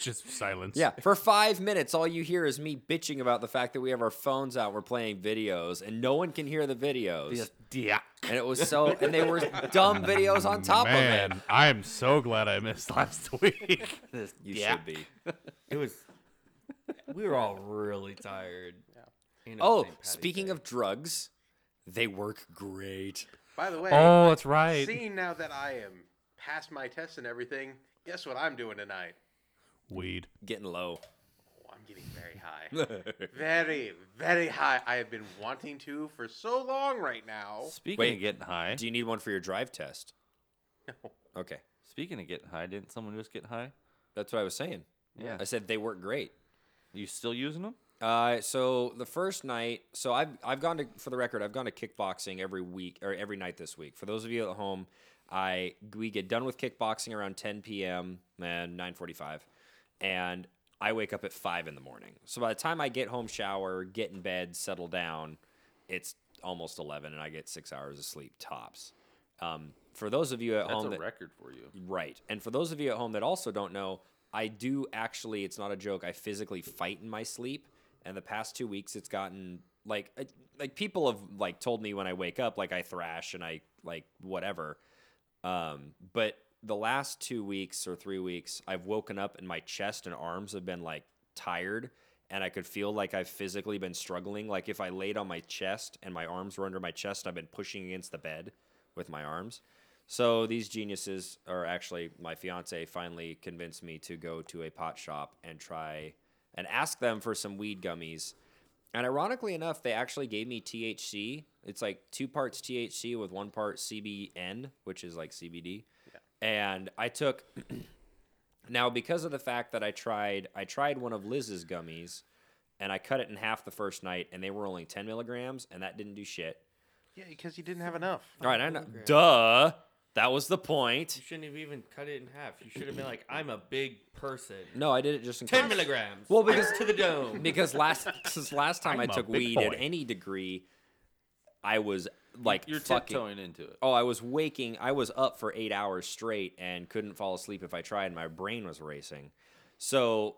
C: Just silence.
D: Yeah, for five minutes, all you hear is me bitching about the fact that we have our phones out, we're playing videos, and no one can hear the videos.
C: Yeah.
D: And it was so, and they were dumb videos on top of it.
C: Man, I am so glad I missed last week.
D: You
C: Yeah.
D: should be.
F: It was. We were all really tired. You know,
D: Oh,
F: St. Patty's
D: speaking
F: Day.
D: of drugs, they work great.
E: By the way,
C: oh, that's right.
E: seeing now that I am past my test and everything, guess what I'm doing tonight?
C: Weed.
D: Getting low.
E: Oh, I'm getting very high. very, very high. I have been wanting to for so long right now.
B: Speaking
D: Wait.
B: of getting high,
D: Do you need one for your drive test?
E: No.
D: Okay,
B: speaking of getting high, didn't someone just get high?
D: that's what I was saying.
B: Yeah.
D: I said they work great.
B: You still using them?
D: Uh, so the first night, so I've I've gone to for the record, I've gone to kickboxing every week or every night this week. For those of you at home, I we get done with kickboxing around 10 p.m. and 9:45, and I wake up at five in the morning. So by the time I get home, shower, get in bed, settle down, it's almost 11, and I get six hours of sleep tops. Um, for those of you at
B: That's
D: home,
B: a
D: that-
B: record for you.
D: Right. And for those of you at home that also don't know, I do actually, it's not a joke, I physically fight in my sleep. And the past two weeks, it's gotten like, uh, like people have like told me when I wake up, like I thrash and I like whatever. Um, but the last two weeks or three weeks, I've woken up and my chest and arms have been like tired. And I could feel like I've physically been struggling. Like if I laid on my chest and my arms were under my chest, I've been pushing against the bed with my arms. So these geniuses, or actually my fiance, finally convinced me to go to a pot shop and try and ask them for some weed gummies. And ironically enough, they actually gave me THC. It's like two parts THC with one part CBN, which is like CBD. And I took now because of the fact that I tried I tried one of Liz's gummies and I cut it in half the first night and they were only 10 milligrams and that didn't do shit.
E: Yeah, because you didn't have enough.
D: All right, I know. Duh. That was the
F: You
D: point.
F: shouldn't have even cut it in half. You should have been like, I'm a big person.
D: No, I did it just in
F: Ten
D: case.
F: milligrams.
D: Well, because-
F: to the dome.
D: because last since last time i
C: I'm a
D: took
C: big
D: weed
C: boy.
D: at any degree, I was like
B: You're
D: fucking.
B: tiptoeing into it.
D: Oh, I was waking. I was up for eight hours straight and couldn't fall asleep if I tried. My brain was racing. So,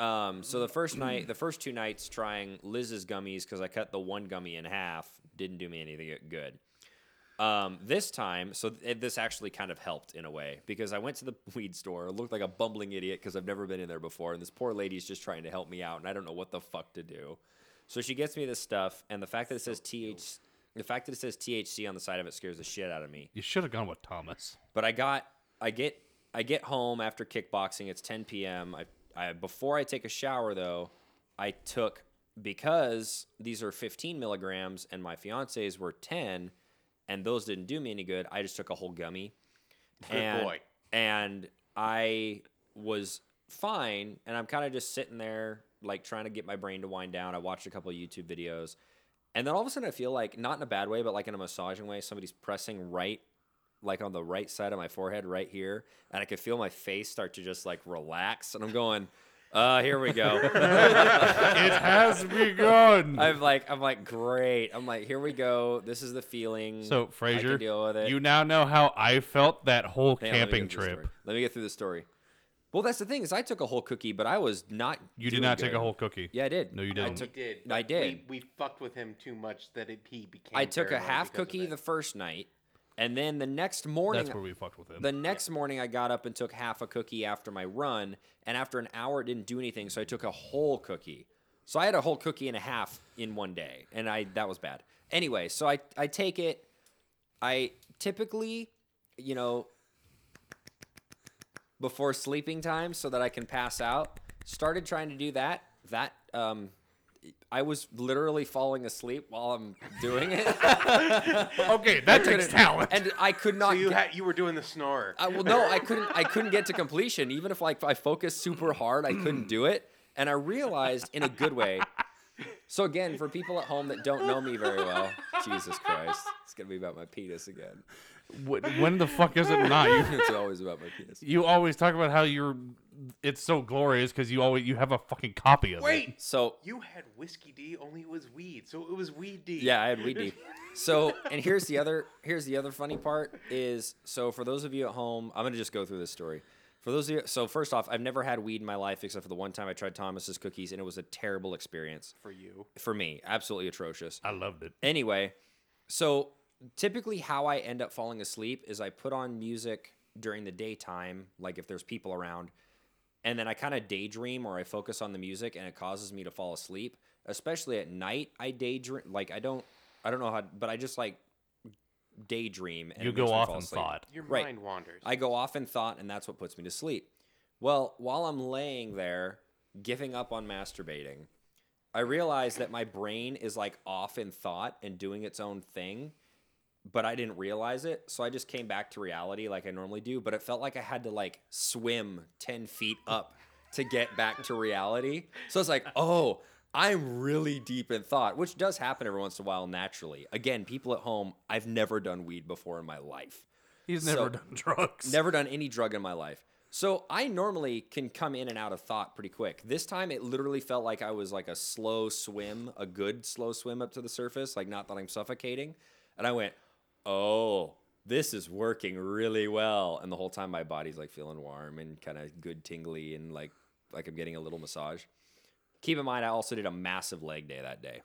D: um, so the first night, the first two nights trying Liz's gummies because I cut the one gummy in half didn't do me anything good. Um, this time, so th- this actually kind of helped in a way because I went to the weed store, looked like a bumbling idiot because I've never been in there before, and this poor lady's just trying to help me out, and I don't know what the fuck to do. So she gets me this stuff, and the fact that it says TH, the fact that it says THC on the side of it scares the shit out of me.
C: You should have gone with Thomas.
D: But I got, I get, I get home after kickboxing. It's 10 p.m. I, I before I take a shower though, I took because these are 15 milligrams and my fiance's were 10, and those didn't do me any good. I just took a whole gummy. Good and,
E: boy.
D: And I was fine, and I'm kind of just sitting there like trying to get my brain to wind down. I watched a couple of YouTube videos. And then all of a sudden, I feel like not in a bad way, but like in a massaging way, somebody's pressing right like on the right side of my forehead right here and i could feel my face start to just like relax and i'm going uh here we go
C: it has begun.
D: i'm like i'm like great i'm like here we go this is the feeling
C: so,
D: Mm, I
C: Frazier,
D: can deal with it
C: you now know how I felt that whole
D: Hang on, let me
C: camping
D: get through the
C: trip.
D: story. let me get through the story well that's the thing is i took a whole cookie but i was not
C: You did
D: doing
C: not take
D: good.
C: a whole cookie.
D: yeah i did
C: No, you
D: I
C: didn't.
D: took,
E: did.
D: I
E: but
D: did.
E: We, we fucked with him too much that it, he became.
D: i took a
E: paranoid
D: half
E: because of
D: cookie
E: it.
D: the first night and then the next morning
C: That's where we fucked with him.
D: The next morning, I got up and took half a cookie after my run, and after an hour, it didn't do anything, so I took a whole cookie. So I had a whole cookie and a half in one day, and I that was bad. Anyway, so I I take it. I typically, you know, before sleeping time so that I can pass out. Started trying to do that. That um, I was literally falling asleep while I'm doing it,
C: okay, that takes talent.
D: and I could not.
E: So you
D: get-
E: had you were doing the snore.
D: I, well, no, I couldn't. I couldn't get to completion. Even if like I focused super hard, I couldn't do it. And I realized in a good way So again, for people at home that don't know me very well, Jesus Christ, it's gonna be about my penis again.
C: Wh- When the fuck is it not? You,
D: It's always about my penis.
C: you always talk about how you're. It's so glorious because you always you have a fucking copy of it.
E: Wait,
D: So
E: you had whiskey D, only it was weed, so it was weed D.
D: Yeah, I had weed deep. So, and here's the other here's the other funny part is so for those of you at home, I'm gonna just go through this story. For those of you, so first off, I've never had weed in my life except for the one time I tried Thomas's cookies, and it was a terrible experience
E: for you.
D: for me. Absolutely atrocious.
C: I loved it.
D: Anyway, so typically how I end up falling asleep is I put on music during the daytime, like if there's people around, and then I kind of daydream or I focus on the music and it causes me to fall asleep. Especially at night, I daydream. Like I don't, I don't know how, but I just like daydream. And
C: You
D: it makes
C: go
D: me
C: off
D: fall
C: in
D: asleep.
C: thought.
E: Your
D: Right. Uh,
E: mind wanders.
D: I go off in thought, and that's what puts me to sleep. Well, while I'm laying there, giving up on masturbating, I realize that my brain is like off in thought and doing its own thing, but I didn't realize it. So I just came back to reality like I normally do, but it felt like I had to like swim 10 feet up to get back to reality. So it's like, oh, I'm really deep in thought, which does happen every once in a while naturally. Again, people at home, I've never done weed before in my life.
C: He's
D: So-
C: never done drugs.
D: Never done any drug in my life. So I normally can come in and out of thought pretty quick. This time it literally felt like I was like a slow swim, a good slow swim up to the surface, like not that I'm suffocating. And I went, "Oh, this is working really well." And the whole time my body's like feeling warm and kind of good tingly and like like I'm getting a little massage. Keep in mind I also did a massive leg day that day.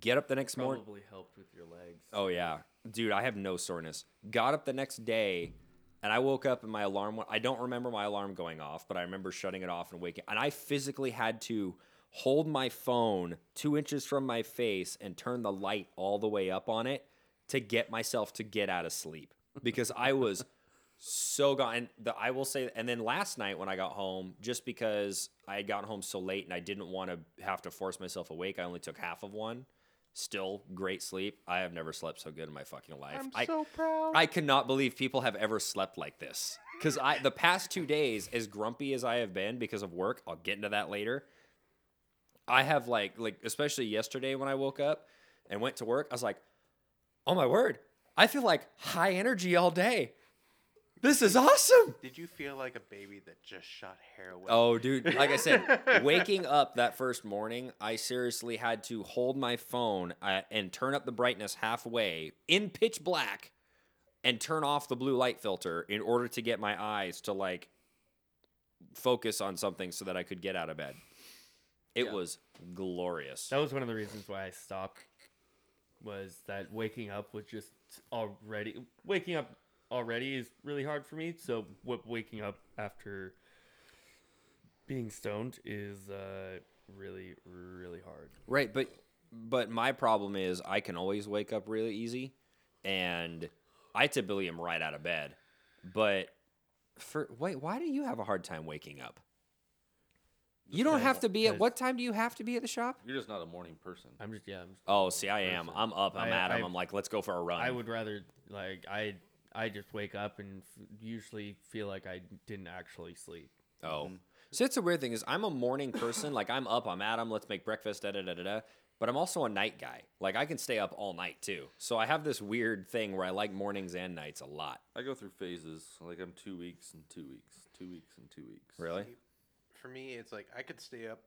D: Get up the next morning.
F: Probably helped with your legs.
D: Oh yeah, dude, I have no soreness. Got up the next day, and I woke up and my alarm. Went, I don't remember my alarm going off, but I remember shutting it off and waking. And I physically had to hold my phone two inches from my face and turn the light all the way up on it to get myself to get out of sleep because I was so gone. And the, I will say, and then last night when I got home, just because I had gotten home so late and I didn't want to have to force myself awake, I only took half of one. Still great sleep. I have never slept so good in my fucking life.
E: I'm
D: I,
E: so proud.
D: I cannot believe people have ever slept like this. Because I, the past two days, as grumpy as I have been because of work, I'll get into that later. I have like, like especially yesterday when I woke up and went to work, I was like, oh my word, I feel like high energy all day. This is awesome.
E: Did you feel like a baby that just shot heroin?
D: Oh, dude. Like I said, waking up that first morning, I seriously had to hold my phone uh, and turn up the brightness halfway in pitch black and turn off the blue light filter in order to get my eyes to like focus on something so that I could get out of bed. It was glorious.
F: That was one of the reasons why I stopped. Was that waking up was just already waking up already is really hard for me. So what waking up after being stoned is uh, really really hard.
D: Right, but but my problem is I can always wake up really easy, and I typically am right out of bed. But for wait, why do you have a hard time waking up? You don't have to be at what time do you have to be at the shop?
B: You're just not a morning person.
F: I'm just yeah. I'm just,
D: Oh, see, I am. I'm up. I'm
F: I-
D: at 'em.
F: I-
D: I'm like, let's go for a run.
F: I would rather like I I just wake up and f- usually feel like I didn't actually sleep. Mm-hmm.
D: Oh. So that's a weird thing is I'm a morning person. like I'm up, I'm at 'em, let's make breakfast, da da da da da. But I'm also a night guy. Like I can stay up all night too. So I have this weird thing where I like mornings and nights a lot.
B: I go through phases. Like I'm two weeks and two weeks, two weeks and two weeks.
D: Really?
E: For me, it's like I could stay up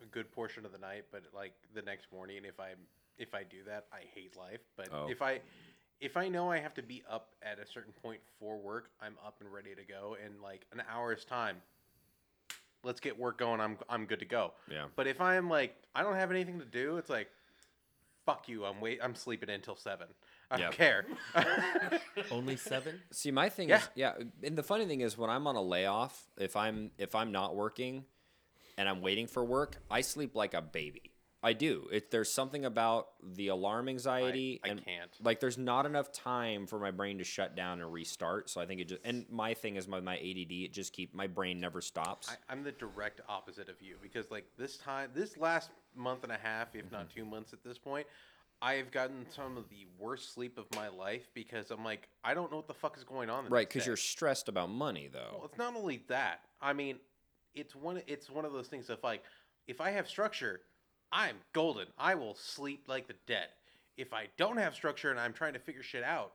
E: a good portion of the night, but like the next morning, if I if I do that, I hate life. But
D: Oh.
E: if I if I know I have to be up at a certain point for work, I'm up and ready to go in like an hour's time. Let's get work going. I'm I'm good to go.
D: Yeah.
E: But if I'm like I don't have anything to do, it's like fuck you. I'm wait. I'm sleeping until seven. I
D: Yeah.
E: don't care.
F: Only seven.
D: See, my thing is, yeah. And the funny thing is, when I'm on a layoff, if I'm if I'm not working, and I'm waiting for work, I sleep like a baby. I do. It, there's something about the alarm anxiety.
E: I
D: and,
E: can't.
D: Like, there's not enough time for my brain to shut down and restart. So I think it just. And my thing is, my, my ADD, it just keep my brain never stops.
E: I, I'm the direct opposite of you because like this time, this last month and a half, if not
D: Mm-hmm.
E: two months at this point, I have gotten some of the worst sleep of my life because I'm like, I don't know what the fuck is going on. the
D: right,
E: next
D: because
E: day.
D: you're stressed about money,
E: Well,
D: though.
E: it's not only that. I mean, it's one. It's one of those things of like, if I have structure, I'm golden. I will sleep like the dead. If I don't have structure and I'm trying to figure shit out,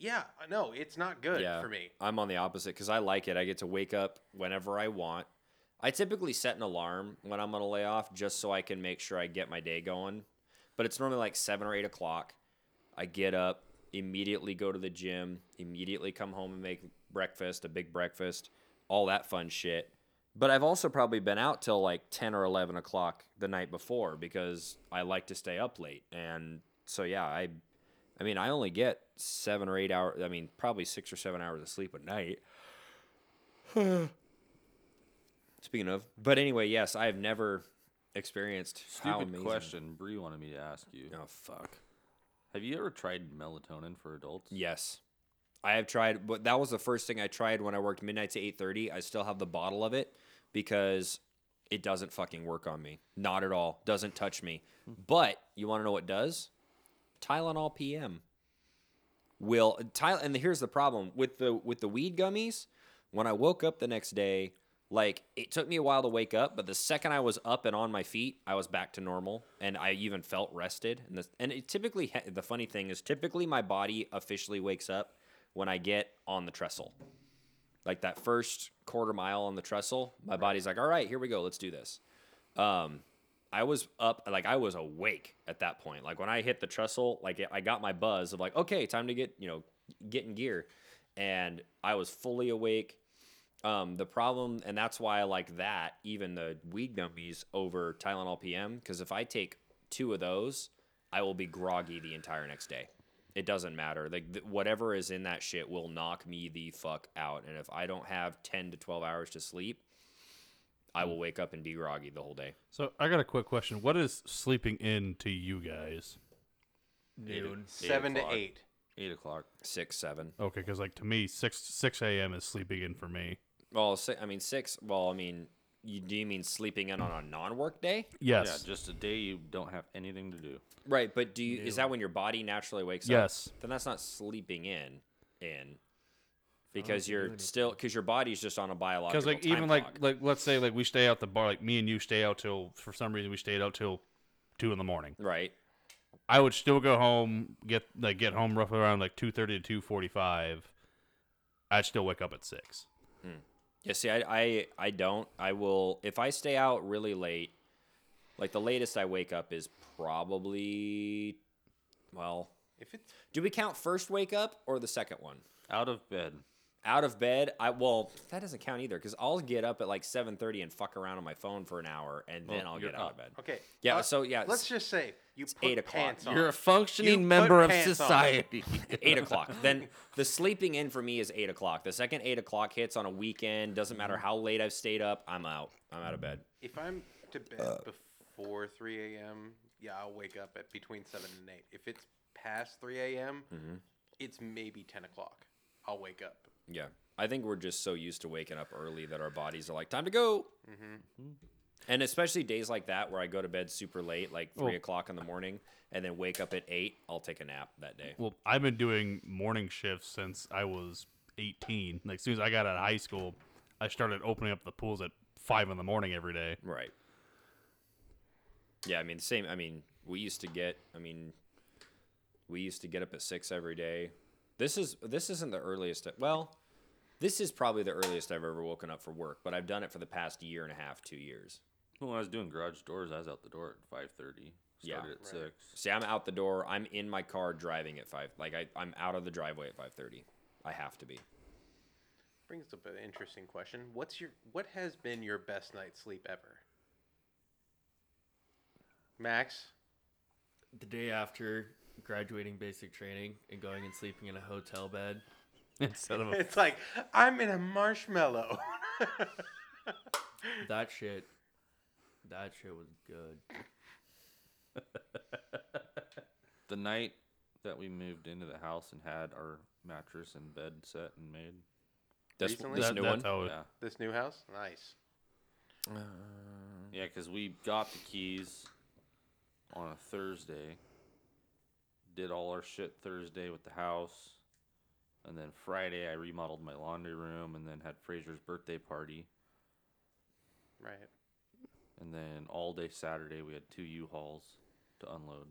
E: yeah, no, it's not good
D: yeah,
E: for me.
D: I'm on the opposite because I like it. I get to wake up whenever I want. I typically set an alarm when I'm going to lay off just so I can make sure I get my day going. But it's normally like seven or eight o'clock. I get up, immediately go to the gym, immediately come home and make breakfast, a big breakfast, all that fun shit. But I've also probably been out till like 10 or 11 o'clock the night before because I like to stay up late. And so, yeah, I I mean, I only get seven or eight hours. I mean, probably six or seven hours of sleep a night. Speaking of, but anyway, yes, I have never experienced how
B: Stupid
D: amazing-
B: question. Bree wanted me to ask you.
D: Oh fuck.
B: Have you ever tried melatonin for adults?
D: Yes, I have tried, but that was the first thing I tried when I worked midnight to eight thirty. I still have the bottle of it because it doesn't fucking work on me. Not at all. Doesn't touch me. But you want to know what does? Tylenol PM. will Tyler and here's the problem with the with the weed gummies when I woke up the next day like it took me a while to wake up but the second I was up and on my feet I was back to normal and I even felt rested and this and it typically ha- the funny thing is typically my body officially wakes up when I get on the trestle like that first quarter mile on the trestle my body's like all right here we go let's do this um I was up, like I was awake at that point. Like when I hit the trestle, like it, I got my buzz of like, okay, time to get you know, get in gear, and I was fully awake. Um, the problem, and that's why I like that, even the weed gummies over Tylenol PM, because if I take two of those, I will be groggy the entire next day. It doesn't matter. Like th- whatever is in that shit will knock me the fuck out. And if I don't have ten to twelve hours to sleep, I will wake up and be groggy the whole day.
C: So I got a quick question. What is sleeping in to you guys?
F: Noon.
E: Seven to
B: o'clock.
E: eight.
B: Eight o'clock.
D: Six, seven.
C: Okay, because like to me, six six a.m. is sleeping in for me.
D: Well, si I mean six. Well, I mean, you, do you mean sleeping in on a non-work day?
C: Yes.
B: Yeah, just a day you don't have anything to do.
D: Right, but do you? Is that when your body naturally wakes up?
C: Yes.
D: Then that's not sleeping in, in, because you're still because your body's just on a biological.
C: Because like
D: time
C: even like
D: clock.
C: like let's say like we stay out the bar, like me and you stay out till for some reason we stayed out till two in the morning.
D: right.
C: I would still go home, get like get home roughly around like two thirty to two forty five. I'd still wake up at six.
D: Yeah, see, I, I I don't. I will if I stay out really late. Like the latest I wake up is probably, well,
E: If it's
D: do we count first wake up or the second one?
B: Out of bed.
D: out of bed i well that doesn't count either because i'll get up at like 7.30 and fuck around on my phone for an hour and then i'll
B: you're
D: get out
B: up.
D: of bed
E: okay.
D: Yeah,
E: uh,
D: so, yeah,
E: Let's
D: it's-
E: just say you put
D: eight o'clock.
E: pants on.
F: You're
B: Oh.
F: a functioning
E: You
F: member
E: put
F: of
E: pants on.
F: society.
D: 8 o'clock then the sleeping in for me is 8 o'clock the second 8 o'clock hits on a weekend doesn't matter
B: Mm-hmm.
D: how late i've stayed up i'm out i'm out of bed
E: if I'm to bed before 3 a.m., yeah, I'll wake up at between 7 and 8. If it's past 3 a.m.,
D: Mm-hmm.
E: it's maybe 10 o'clock. I'll wake up.
D: yeah i think we're just so used to waking up early that our bodies are like time to go
B: Mm-hmm.
D: and especially days like that where i go to bed super late like
B: Oh.
D: 3 o'clock in the morning and then wake up at 8 i'll take a nap that day
C: Well, I've been doing morning shifts since I was eighteen. Like as soon as I got out of high school, I started opening up the pools at five in the morning every day.
D: Right. Yeah, I mean the same. I mean, we used to get. I mean, we used to get up at six every day. This is this isn't the earliest. Well, this is probably the earliest I've ever woken up for work, but I've done it for the past year and a half, two years.
B: When I was doing garage doors, I was out the door at five thirty.
D: Yeah.
B: Started at six.
D: See, I'm out the door. I'm in my car driving at five. Like I, I'm out of the driveway at five thirty. I have to be.
E: Brings up an interesting question. What's your what has been your best night's sleep ever? Max,
F: the day after graduating basic training and going and sleeping in a hotel bed.
C: Instead of a,
E: it's like I'm in a marshmallow.
F: That shit. That shit was good.
B: The night that we moved into the house and had our mattress and bed set and made.
D: This,
E: Recently?
D: this
C: that-
D: new
C: that's
D: one.
C: how it-
B: Yeah.
E: this new house, nice.
B: Yeah, because we got the keys on a Thursday, did all our shit Thursday with the house, and then Friday I remodeled my laundry room and then had Fraser's birthday party.
E: Right.
B: and then all day Saturday we had two U-Hauls to unload.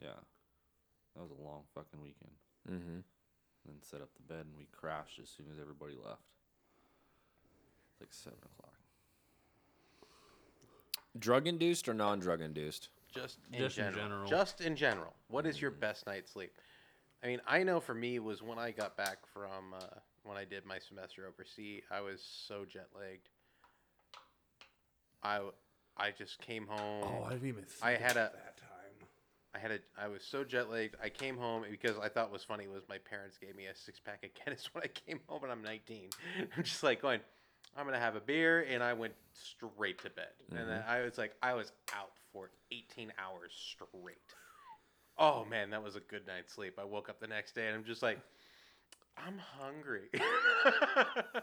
B: Yeah, that was a long fucking weekend.
D: Mm-hmm.
B: And then set up the bed and we crashed as soon as everybody left. It's like seven o'clock.
D: Drug induced or non drug induced?
E: Just in
C: Just in
E: general.
C: general. Mm-hmm.
E: Just in general. What is your best night's sleep? I mean, I know for me was when I got back from uh, when I did my semester overseas. I was so jet lagged. I w- I just came home.
H: Oh, I didn't even. Think
E: I
H: about
E: had a-
H: that time.
E: I had a I was so jet lagged. I came home and because I thought was funny was my parents gave me a six pack of Guinness when I came home and I'm 19. I'm just like going, I'm gonna have a beer and I went straight to bed. And
D: Mm-hmm.
E: then I was like, I was out for 18 hours straight. Oh man, that was a good night's sleep. I woke up the next day and I'm just like, I'm hungry.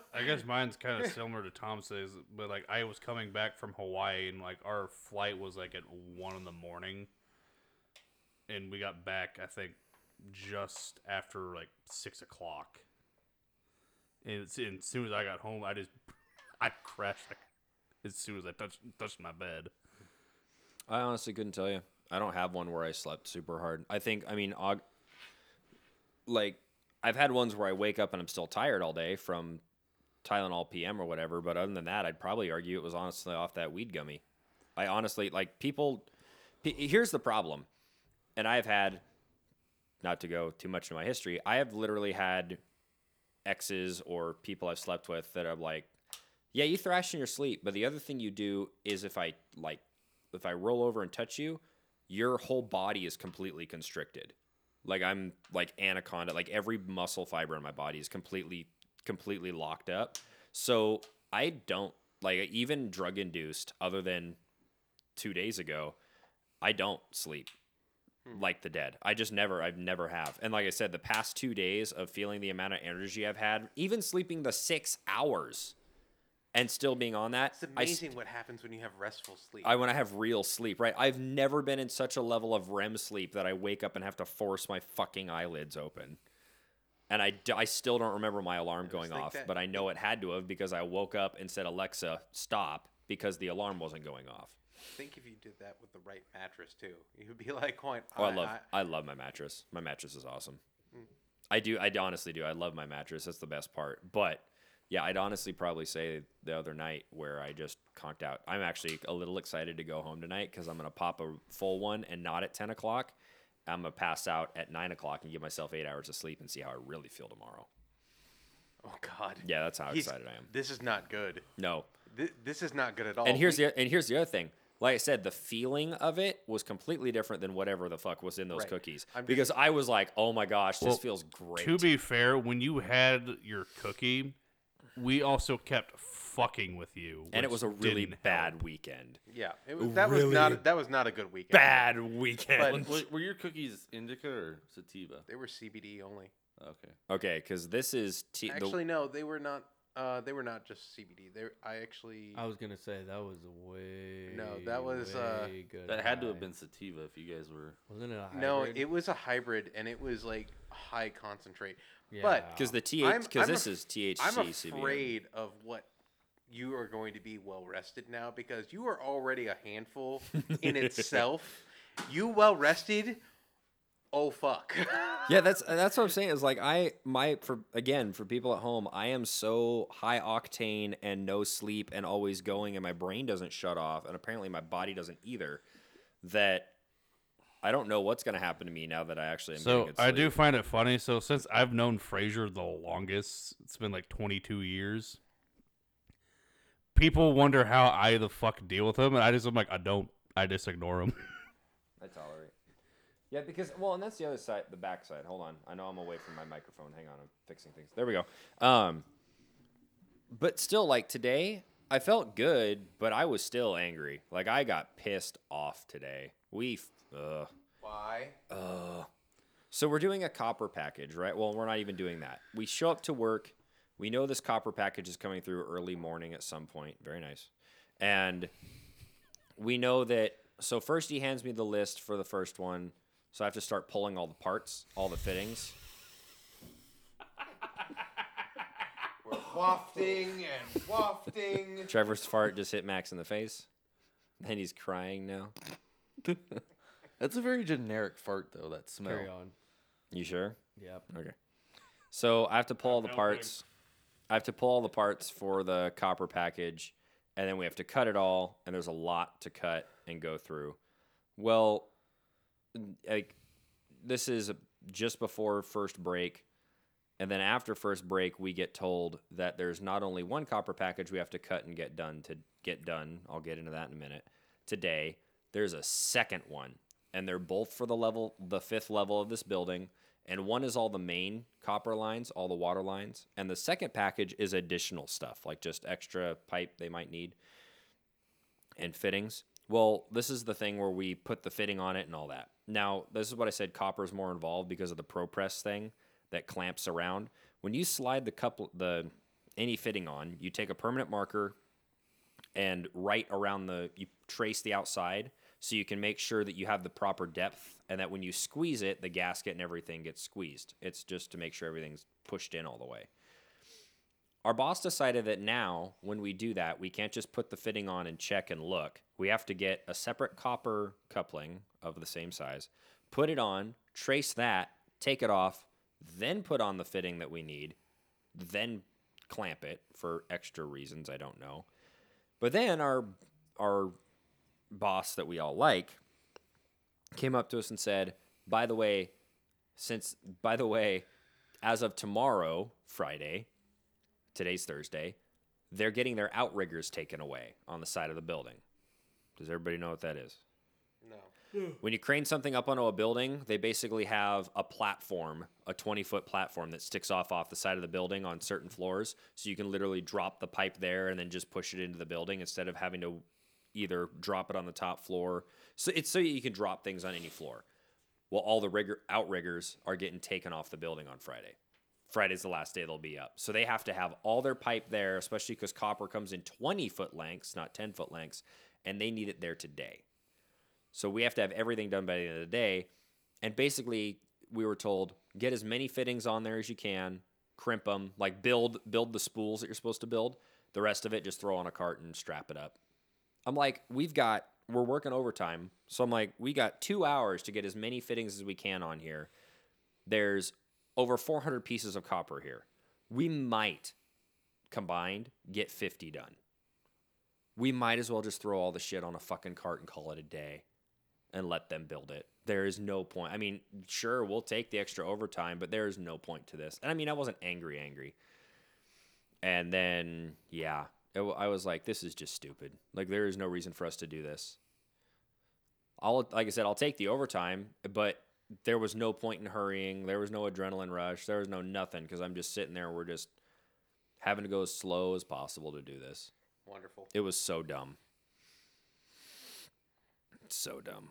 C: I guess mine's kind of similar to Tom says, but like I was coming back from Hawaii and like our flight was like at one in the morning, and we got back I think just after like six o'clock. And, it's, and as soon as I got home, I just I crashed like as soon as I touched touched my bed.
D: I honestly couldn't tell you. I don't have one where I slept super hard. I think, I mean, aug- like, I've had ones where I wake up and I'm still tired all day from Tylenol PM or whatever. But other than that, I'd probably argue it was honestly off that weed gummy. I honestly, like, people. P- here's the problem. And I've had, not to go too much into my history, I have literally had exes or people I've slept with that are like, yeah, you thrash in your sleep, but the other thing you do is if I like if I roll over and touch you, your whole body is completely constricted. Like I'm like anaconda, like every muscle fiber in my body is completely completely locked up. So I don't like even drug induced other than 2 days ago, I don't sleep
E: Hmm.
D: like the dead. I just never, I've never have. And like I said, the past two days of feeling the amount of energy I've had, even sleeping the six hours and still being on that,
E: it's
D: I s-
E: amazing what happens when you have restful sleep.
D: I when I have real sleep, right? I've never been in such a level of REM sleep that I wake up and have to force my fucking eyelids open. And I, d- I still don't remember my alarm going
E: think
D: off,
E: that-
D: but I know it had to have because I woke up and said, Alexa, stop, because the alarm wasn't going off.
E: think if you did that with the right mattress too, you'd be like, going,
D: Oh, I, love I, love my mattress. My mattress is awesome.
E: Mm.
D: I do. I honestly do. I love my mattress. That's the best part. But yeah, I'd honestly probably say the other night where I just conked out. I'm actually a little excited to go home tonight because I'm gonna pop a full one and not at 10 o'clock. I'm gonna pass out at nine o'clock and give myself eight hours of sleep and see how I really feel tomorrow.
E: Oh God.
D: Yeah, that's how
E: He's-
D: excited I am.
E: This is not good.
D: No,
E: Th- this is not good at all.
D: and here's
E: Oh, We-
D: the and here's the other thing. Like I said, the feeling of it was completely different than whatever the fuck was in those
E: Right.
D: cookies.
E: I'm just-
D: because I was like, "Oh my gosh,
C: Well,
D: this feels great."
C: To be fair, when you had your cookie, we also kept fucking with you,
D: and it
C: which
D: was a really
C: didn't
D: bad
C: help.
D: weekend.
E: yeah. It was, that was
H: Really
E: not that was not a good weekend.
D: Bad weekend.
B: Were, were your cookies indica or sativa?
E: They were CBD only.
B: Okay.
D: okay, because this is t-
E: Actually, no, they were not. Uh, they were not just CBD. They, were- I actually.
F: I was gonna say that was way
E: No, that was, uh,
F: way good
B: That had to have
F: high.
B: been sativa if you guys were.
F: Wasn't it a hybrid?
E: no, it was a hybrid, and it was like high concentrate.
F: yeah.
E: but-
D: because the
E: I'm-
D: th because
E: I'm
D: this
E: af-
D: is THC.
E: I'm
D: CBD.
E: afraid of what you are going to be well rested now because you are already a handful in itself. You well rested. Oh fuck.
D: Yeah, that's uh, that's what I'm saying. Is like I my for again for people at home, I am so high octane and no sleep and always going, and my brain doesn't shut off, and apparently my body doesn't either. That I don't know what's gonna happen to me now that I actually am getting
C: So
D: good
C: I do
D: sleep.
C: find it funny. So since I've known Frasier the longest, it's been like 22 years. People wonder how I the fuck deal with him, and I just I'm like I don't. I just ignore him.
D: I tolerate. Yeah, because well, and that's the other side, the back side. Hold on, I know I'm away from my microphone. Hang on, I'm fixing things. There we go. Um, but still, like today, I felt good, but I was still angry. Like I got pissed off today. We, f- uh,
E: Why?
D: so we're doing a copper package, right? Well, we're not even doing that. We show up to work. We know this copper package is coming through early morning at some point. Very nice. And we know that. So first he hands me the list for the first one. So I have to start pulling all the parts, all the fittings.
E: wafting and wafting.
D: Trevor's fart just hit Max in the face, and he's crying now.
B: That's a very generic fart, though. That smell.
F: Carry on.
D: You sure?
F: Yep.
D: Okay. So I have to pull all the
C: Outbreak.
D: parts. I have to pull all the parts for the copper package, and then we have to cut it all. And there's a lot to cut and go through. Well, n- like this is just before first break, and then after first break, we get told that there's not only one copper package we have to cut and get done to get done. I'll get into that in a minute. Today, there's a second one, and they're both for the level, the fifth level of this building. And one is all the main copper lines, all the water lines, and the second package is additional stuff like just extra pipe they might need and fittings. Well, this is the thing where we put the fitting on it and all that. Now, this is what I said copper is more involved because of the pro press thing that clamps around. When you slide the couple the any fitting on, you take a permanent marker and right around the you trace the outside so you can make sure that you have the proper depth and that when you squeeze it, the gasket and everything gets squeezed. It's just to make sure everything's pushed in all the way our boss decided that now when we do that we can't just put the fitting on and check and look we have to get a separate copper coupling of the same size put it on trace that take it off then put on the fitting that we need then clamp it for extra reasons i don't know but then our our boss that we all like came up to us and said by the way since by the way as of tomorrow friday today's Thursday, they're getting their outriggers taken away on the side of the building. Does everybody know what that is?
E: No.
D: When you crane something up onto a building, they basically have a platform, a 20 foot platform that sticks off off the side of the building on certain floors. So you can literally drop the pipe there and then just push it into the building instead of having to either drop it on the top floor. So it's so you can drop things on any floor. Well, all the rigger, outriggers are getting taken off the building on Friday. Friday's the last day they'll be up. So they have to have all their pipe there, especially because copper comes in 20 foot lengths, not 10 foot lengths, and they need it there today. So we have to have everything done by the end of the day. And basically, we were told get as many fittings on there as you can, crimp them, like build build the spools that you're supposed to build. The rest of it, just throw on a cart and strap it up. I'm like, we've got we're working overtime, so I'm like, we got two hours to get as many fittings as we can on here. There's over 400 pieces of copper here. We might combined get 50 done. We might as well just throw all the shit on a fucking cart and call it a day and let them build it. There is no point. I mean, sure, we'll take the extra overtime, but there is no point to this. And I mean, I wasn't angry, angry. And then, yeah, it, wa- I was like, this is just stupid. Like, there is no reason for us to do this. I'll, like I said, I'll take the overtime, but there was no point in hurrying. There was no adrenaline rush. There was no nothing because I'm just sitting there. We're just having to go as slow as possible to do this.
E: Wonderful.
D: It was so dumb. So dumb.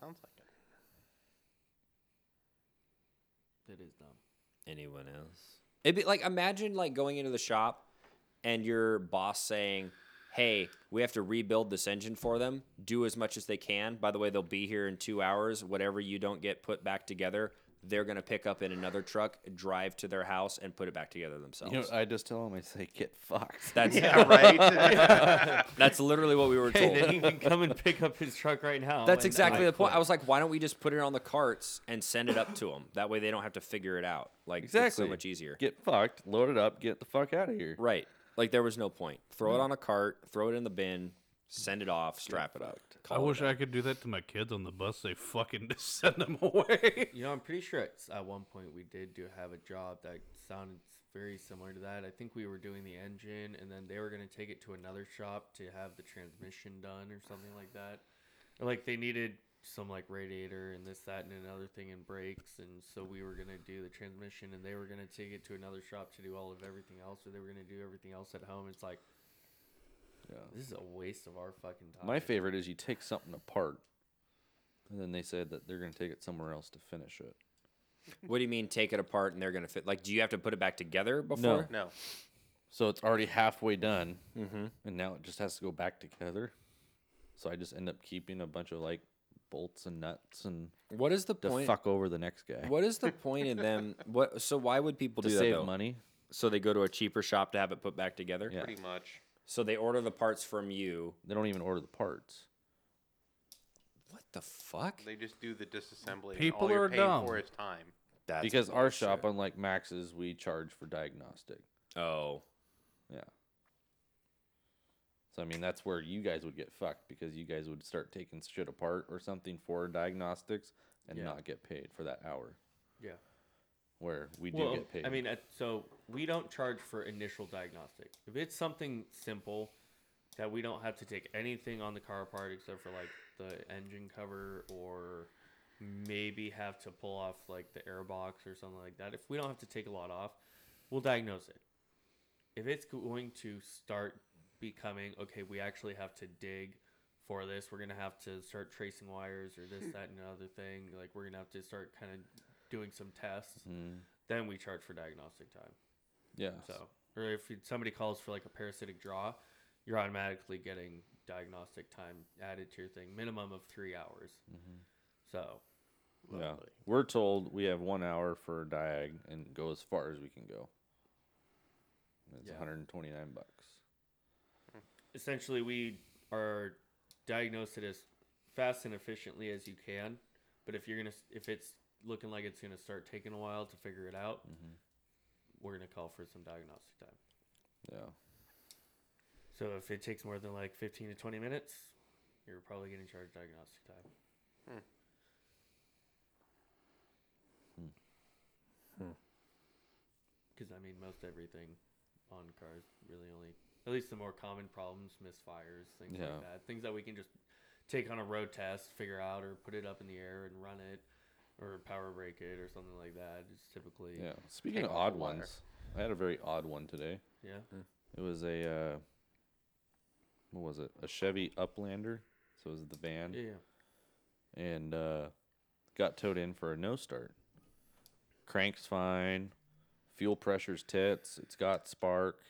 E: Sounds like it.
F: That is dumb.
D: anyone else. It'd be like imagine like going into the shop and your boss saying, "Hey, we have to rebuild this engine for them. Do as much as they can. By the way, they'll be here in 2 hours. Whatever you don't get put back together, they're going to pick up in another truck, drive to their house and put it back together themselves."
B: You know, uh, I just tell them I say get fucked.
D: that's
E: Yeah, right.
D: that's literally what we were told.
F: Hey, then he can come and pick up his truck right now.
D: That's
F: and
D: exactly
F: I
D: the point.
F: quit.
D: I was like, why don't we just put it on the carts and send it up to them? That way they don't have to figure it out. Like
B: exactly.
D: it's so much easier.
B: Get fucked. Load it up. Get the fuck out of here.
D: Right. Like there was no point. Throw it on a cart, throw it in the bin, send it off, strap it up.
C: I
D: call it
C: wish
D: a-
C: I could do that to my kids on the bus. They fucking just send them away.
F: You know, I'm pretty sure it's, at one point we did do have a job that sounded very similar to that. I think we were doing the engine, and then they were going to take it to another shop to have the transmission done or something like that. Or like they needed some like radiator and this, that, and another thing and brakes, and so we were going to do the transmission, and they were going to take it to another shop to do all of everything else, or they were going to do everything else at home. It's like. This is a waste of our fucking time.
B: My favorite is you take something apart, and then they said that they're gonna take it somewhere else to finish it.
D: What do you mean take it apart and they're gonna fit like do you have to put it back together before?
E: no.
B: So it's already halfway done,
D: Mm-hmm.
B: and now it just has to go back together. So I just end up keeping a bunch of like bolts and nuts and
D: What is the
B: to
D: point?
B: fuck over the next guy
D: What is the point in them what so why would people
B: to
D: do that
B: save
D: though?
B: money.
D: So they go to a cheaper shop to have it put back together.
B: Yeah.
E: pretty much.
D: So they order the parts from you.
B: They don't even order the parts.
D: What the fuck?
E: They just do the disassembly. and
C: People
E: all you're
C: are
E: paying
C: dumb.
E: for is time.
D: That's
B: because our shop,
D: bullshit.
B: unlike Max's, we charge for diagnostic.
D: Oh,
B: Yeah. So I mean, that's where you guys would get fucked because you guys would start taking shit apart or something for diagnostics and
F: Yeah.
B: not get paid for that hour.
F: Yeah.
B: Where we do
F: Well,
B: get paid.
F: I mean, at- so we don't charge for initial diagnostic. If it's something simple that we don't have to take anything on the car apart except for like the engine cover or maybe have to pull off like the airbox or something like that. If we don't have to take a lot off, we'll diagnose it. If it's going to start becoming okay, we actually have to dig for this. We're gonna have to start tracing wires or this, that, and other thing. Like we're gonna have to start kind of doing some tests
B: Mm-hmm.
F: then we charge for diagnostic time.
B: yeah.
F: So, or if you- somebody calls for like a parasitic draw, you're automatically getting diagnostic time added to your thing, minimum of three hours. So,
B: yeah. We're told we have one hour for diag and go as far as we can go. And It's
F: Yeah.
B: 129 bucks.
F: essentially, we are diagnosed it as fast and efficiently as you can. But if you're gonna, if it's looking like it's gonna start taking a while to figure it out, we're gonna call for some diagnostic time.
B: Yeah.
F: So if it takes more than like 15 to 20 minutes, you're probably getting charged diagnostic time.
B: Hmm. Hmm.
F: Because I mean, most everything on cars really only, at least the more common problems, misfires, things
B: Yeah.
F: like that, things that we can just take on a road test, figure out, or put it up in the air and run it, or power brake it, or something like that. It's typically
B: Yeah. Speaking of
E: off
B: odd
E: the wire.
B: ones, I had a very odd one today.
F: yeah.
B: It was a uh, what was it? A Chevy Uplander. So it was the van,
F: yeah, yeah.
B: and uh, got towed in for a no start. Crank's fine, fuel pressure's tits. It's got spark.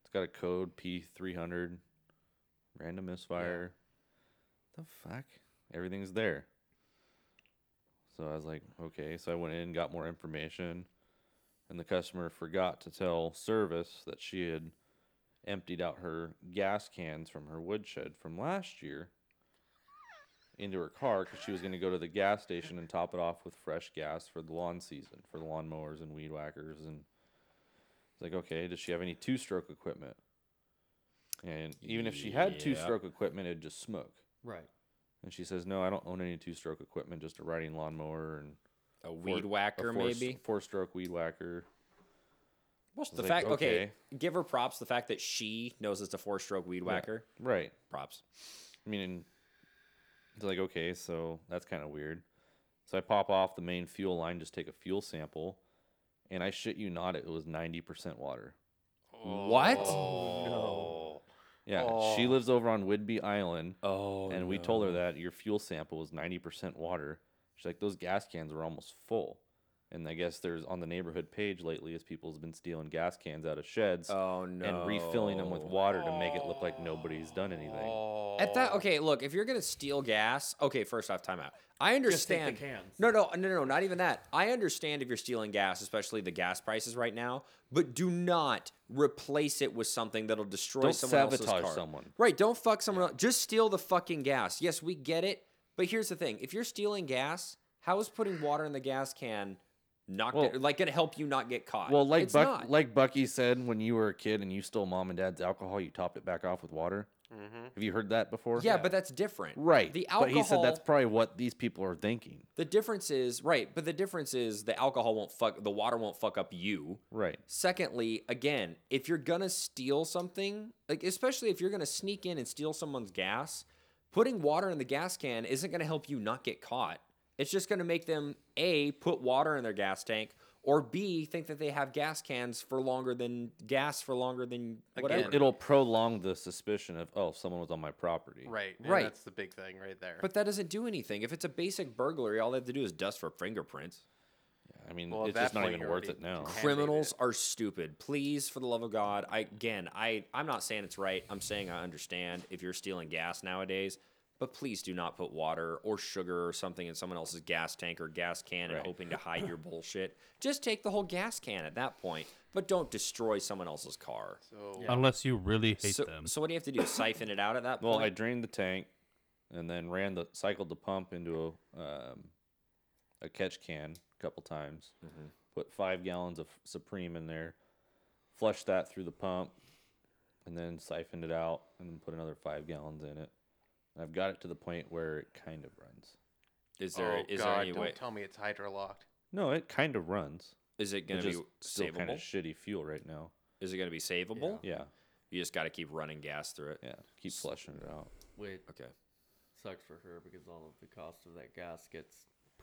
B: It's got a code P three hundred. Random misfire. The fuck? Everything's there. So I was like, okay. So I went in, got more information, and the customer forgot to tell service that she had emptied out her gas cans from her woodshed from last year into her car because she was going to go to the gas station and top it off with fresh gas for the lawn season for the lawnmowers and weed whackers and it's like okay does she have any two-stroke equipment and even if she had
D: Yeah.
B: two-stroke equipment it'd just smoke
F: Right.
B: and she says, "No, I don't own any two-stroke equipment, just a riding lawnmower and
D: a
B: four-
D: weed
B: a
D: whacker
B: four-
D: maybe.
B: four-stroke weed whacker."
D: What's the
B: like,
D: fact? Okay.
B: okay.
D: give her props. The fact that she knows it's a four-stroke weed whacker.
B: Right.
D: Props.
B: I mean, and it's like, okay, so that's kind of weird. So I pop off the main fuel line, just take a fuel sample, and I shit you not, it was ninety percent water.
D: What? Oh,
B: Yeah, she lives over on Whidbey Island,
D: Oh,
B: and we told her that your fuel sample was ninety percent water. She's like, those gas cans were almost full. And I guess there's on the neighborhood page lately is people's been stealing gas cans out of sheds.
D: Oh
B: and refilling them with
D: no.
B: water to make it look like nobody's done anything.
D: At that, okay, look, if you're gonna steal gas, okay, first off, timeout. I
F: Just take the
D: understand.
F: cans.
D: No, no, no, no, not even that. I understand if you're stealing gas, especially the gas prices right now, but do not replace it with something that'll destroy
B: Don't
D: someone else's
B: sabotage
D: car.
B: someone.
D: Right, don't fuck someone else. Just steal the fucking gas. Yes, we get it, but here's the thing. If you're stealing gas, how is putting water in the gas can not
B: Well-
D: get, like gonna help you not get caught?
B: Well, like
D: it's
B: Buck,
D: not.
B: like Bucky said, when you were a kid and you stole mom and dad's alcohol, you topped it back off with water.
E: Mm-hmm.
B: Have you heard that before?
D: yeah, but that's different.
B: right.
D: The alcohol
B: But he said that's probably what these people are thinking.
D: The difference is right, but the difference is the alcohol won't fuck the water won't fuck up you.
B: Right.
D: Secondly, again, if you're gonna steal something, like especially if you're gonna sneak in and steal someone's gas, putting water in the gas can isn't gonna help you not get caught. It's just gonna make them A, put water in their gas tank, or B, think that they have gas cans for longer than gas for longer than whatever.
E: Again,
B: It'll prolong the suspicion of oh, someone was on my property.
E: Right. and
D: Right.
E: That's the big thing right there.
D: but that doesn't do anything. If it's a basic burglary, all they have to do is dust for fingerprints.
B: I mean,
E: Well, at
B: it's just
E: that
B: not
E: point,
B: even
E: you're
B: worth
E: already-
B: it now.
E: Cr- Handmade
D: criminals are stupid please for the love of god i again i i'm not saying it's right i'm saying i understand if you're stealing gas nowadays But please do not put water or sugar or something in someone else's gas tank or gas can and hoping to hide your bullshit. Just take the whole gas can at that point, but don't destroy someone else's car.
E: So
C: Unless you really hate
D: so,
C: them.
D: so what do you have to do? Siphon it out at that
B: Well, I
D: point?
B: drained the tank, and then ran the cycled the pump into a um, a catch can a couple times. Put five gallons of Supreme in there, flushed that through the pump, and then siphoned it out, and then put another five gallons in it. And I've got it to the point where it kind of runs.
D: is there
E: oh
D: is
E: god,
D: there any
E: don't
D: way?
E: tell me it's hydrolocked.
B: No, it kind of runs.
D: Is it going
B: It's
D: to
B: just
D: be
B: still kind of
D: savable?
B: shitty fuel right now.
D: Is it going to be savable?
B: Yeah,
D: You just got to keep running gas through it.
B: yeah. Keep flushing it out.
F: Wait,
D: Okay.
F: sucks for her because all of the cost of that gas gets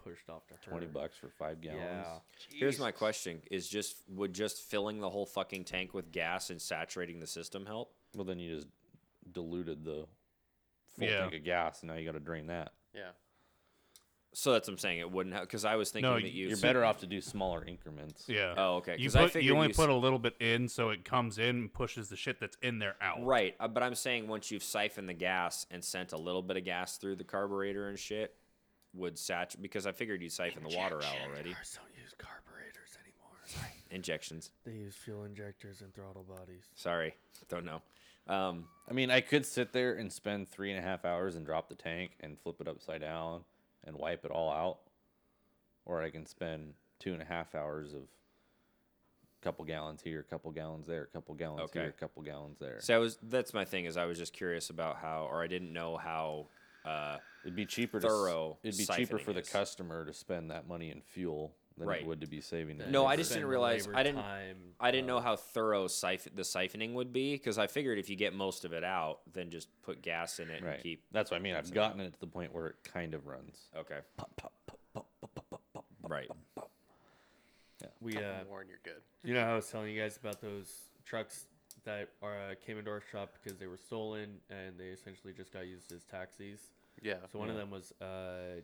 F: pushed off to her.
B: Twenty bucks for five gallons.
F: Yeah.
D: Here's my question: Is just would just filling the whole fucking tank with gas and saturating the system help?
B: Well, then you just diluted the full
C: Yeah.
B: tank of gas, and now you got to drain that.
E: Yeah.
D: So that's what I'm saying. It wouldn't help because I was thinking
C: No,
D: that you.
B: You're
D: so-
B: better off to do smaller increments.
C: Yeah.
D: Oh, okay,
C: You
D: 'cause I
C: put, you
D: figured
C: only
D: you s-
C: put a little bit in, so it comes in and pushes the shit that's in there out.
D: Right, uh, but I'm saying once you've siphoned the gas and sent a little bit of gas through the carburetor and shit, would saturate because I figured you'd siphon the water out already.
F: Cars don't use carburetors anymore. Sorry.
D: Injections.
F: They use fuel injectors and throttle bodies.
D: Sorry, don't know. Um,
B: I mean, I could sit there and spend three and a half hours and drop the tank and flip it upside down and wipe it all out, or I can spend two and a half hours of couple gallons here, couple gallons there, couple gallons
D: Okay.
B: here, couple gallons there.
D: so I was that's my thing is I was just curious about how, or I didn't know how. Uh,
B: it'd be cheaper.
D: thorough
B: To, s- it'd be cheaper
D: siphoning
B: for the
D: is.
B: customer to spend that money in fuel than
D: Right.
B: it would to be saving it.
D: No,
B: in
D: I
B: the
D: just
B: tank.
D: didn't
F: Spend
D: realize-
F: labor
D: I didn't-
F: time,
D: I didn't know how thorough siph- the siphoning would be because I figured if you get most of it out, then just put gas in it
B: Right.
D: and keep.
B: That's what I mean. I've gotten it to the point where it kind of runs.
D: Okay. Right.
F: We uh,
E: Warren, you're good.
F: You know how I was telling you guys about those trucks that are uh, came into our shop because they were stolen and they essentially just got used as taxis.
E: Yeah.
F: So one of them was uh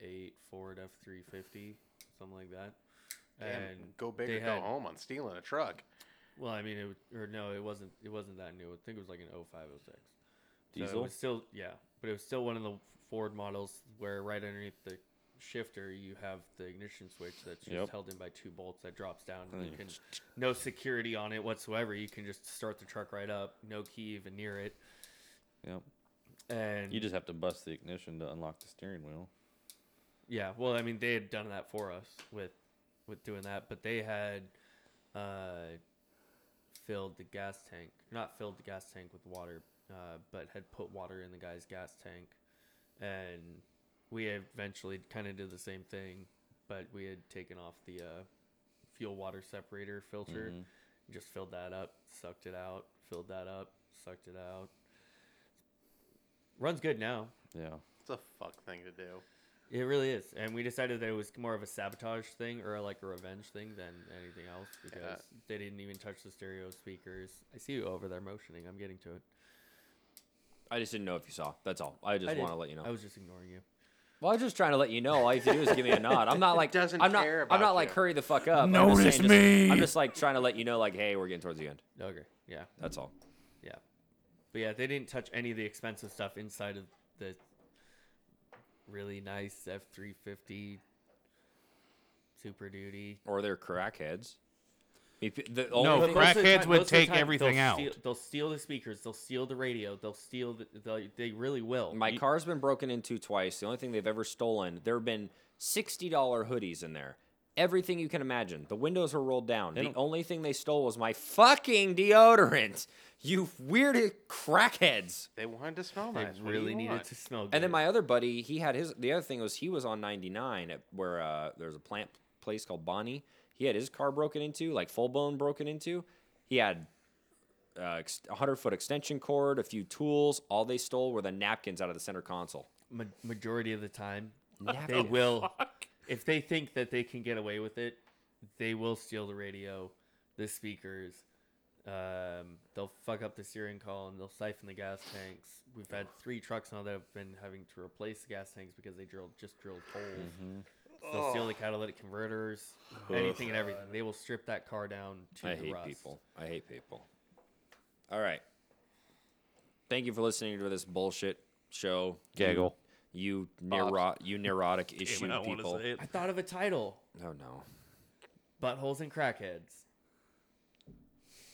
F: 08 Ford F350, something like that.
E: Damn,
F: and
E: go big
F: they
E: or
F: had-
E: go home on stealing a truck.
F: Well, I mean it was- or no, it wasn't it wasn't that new. I think it was like an 0506. So it
B: Diesel?
F: was still yeah, but it was still one of the Ford models where right underneath the shifter you have the ignition switch that's just
B: Yep.
F: held in by two bolts that drops down. And you can no security on it whatsoever. You can just start the truck right up, no key even near it,
B: Yep.
F: and
B: You just have to bust the ignition to unlock the steering wheel.
F: Yeah, well, I mean, they had done that for us with with doing that, but they had uh, filled the gas tank, not filled the gas tank with water, uh, but had put water in the guy's gas tank, and we eventually kind of did the same thing, but we had taken off the uh, fuel water separator filter, just filled that up, sucked it out, filled that up, sucked it out. Runs good now.
B: Yeah.
E: It's a fuck thing to do.
F: It really is, and we decided that it was more of a sabotage thing or like a revenge thing than anything else because they didn't even touch the stereo speakers. I see you over there motioning. I'm getting to it.
D: I just didn't know if you saw. That's all. I just
F: did.
D: want to let you know.
F: I was just ignoring you.
D: well, I was just trying to let you know. All you have to do is give me a nod. I'm not like
E: doesn't
D: I'm not.
E: care
D: I'm not
E: about
D: like
E: you.
D: hurry the fuck up. I'm
C: Notice
D: just saying,
C: me.
D: Just, I'm just like trying to let you know, like, hey, we're getting towards the end.
F: Okay. Yeah.
D: That's all.
F: Yeah. But yeah, they didn't touch any of the expensive stuff inside of the really nice F three fifty Super Duty.
D: Or they're crackheads. If- The
C: No,
D: only thing-
C: crack-
F: Most of the
C: Crackheads would
F: most of the
C: take
F: they'll
C: everything out.
F: steal- they'll steal the speakers. They'll steal the radio. They'll steal. The, they they really will.
D: My car's been broken into twice. The only thing they've ever stolen, there have been sixty dollar hoodies in there. Everything you can imagine. The windows were rolled down. the
B: don't-
D: only thing they stole was my fucking deodorant. You weird crackheads.
E: They wanted to smell
F: They
E: nice. What do
F: really
E: you
F: needed
E: want?
F: to smell good.
D: And then my other buddy, he had his. The other thing was he was on 99 at where uh, there's a plant place called Bonnie. He had his car broken into, like full blown broken into. He had uh, ex- a hundred foot extension cord, a few tools. All they stole were the napkins out of the center console.
F: ma- majority of the time they
D: Napkins.
F: will if they think that they can get away with it they will steal the radio the speakers um, they'll fuck up the steering column they'll siphon the gas tanks we've had three trucks now that have been having to replace the gas tanks because they drilled just drilled holes So they'll steal the catalytic converters anything and everything they will strip that car down to
D: I
F: the
D: hate
F: rust.
D: people. I hate people. All right. Thank you for listening to this bullshit. show.
B: Gaggle.
D: You, you, neuro- you neurotic issue
C: Damn it, I want
D: people.
C: to say it.
F: I thought of a title:
D: Oh, no.
F: Buttholes and Crackheads.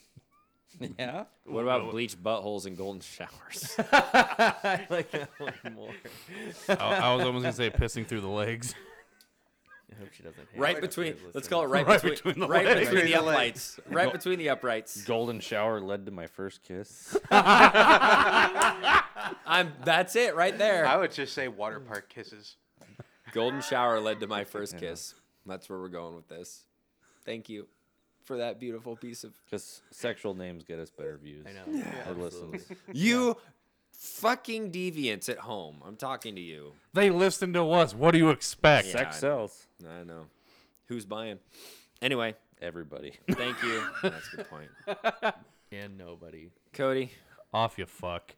B: Yeah.
D: What about bleach buttholes and golden showers?
F: I like that one more.
C: I, I was almost gonna say pissing through the legs.
F: I hope she doesn't. hate
D: right
F: it.
D: between,
F: She's
D: let's
F: listening.
D: call it right,
C: Right
D: between,
C: between the
D: right
C: legs.
D: between the
E: Between the
D: uprights. Right between the uprights.
B: Golden shower led to my first kiss.
D: I'm. That's it right
E: I
D: there.
E: would just say water park kisses.
D: Golden shower led to my first kiss. That's where we're going with this. Thank you for that beautiful piece of
B: Because sexual names get us better views.
F: I know.
B: Or listens.
D: you. Fucking deviants at home. I'm talking to you.
C: They listen to us. What do you expect?
D: Yeah.
B: Sex sells.
D: I know. Who's buying? Anyway,
B: Everybody.
D: thank you. That's a good point.
F: And nobody.
D: Cody,
C: Off you fuck.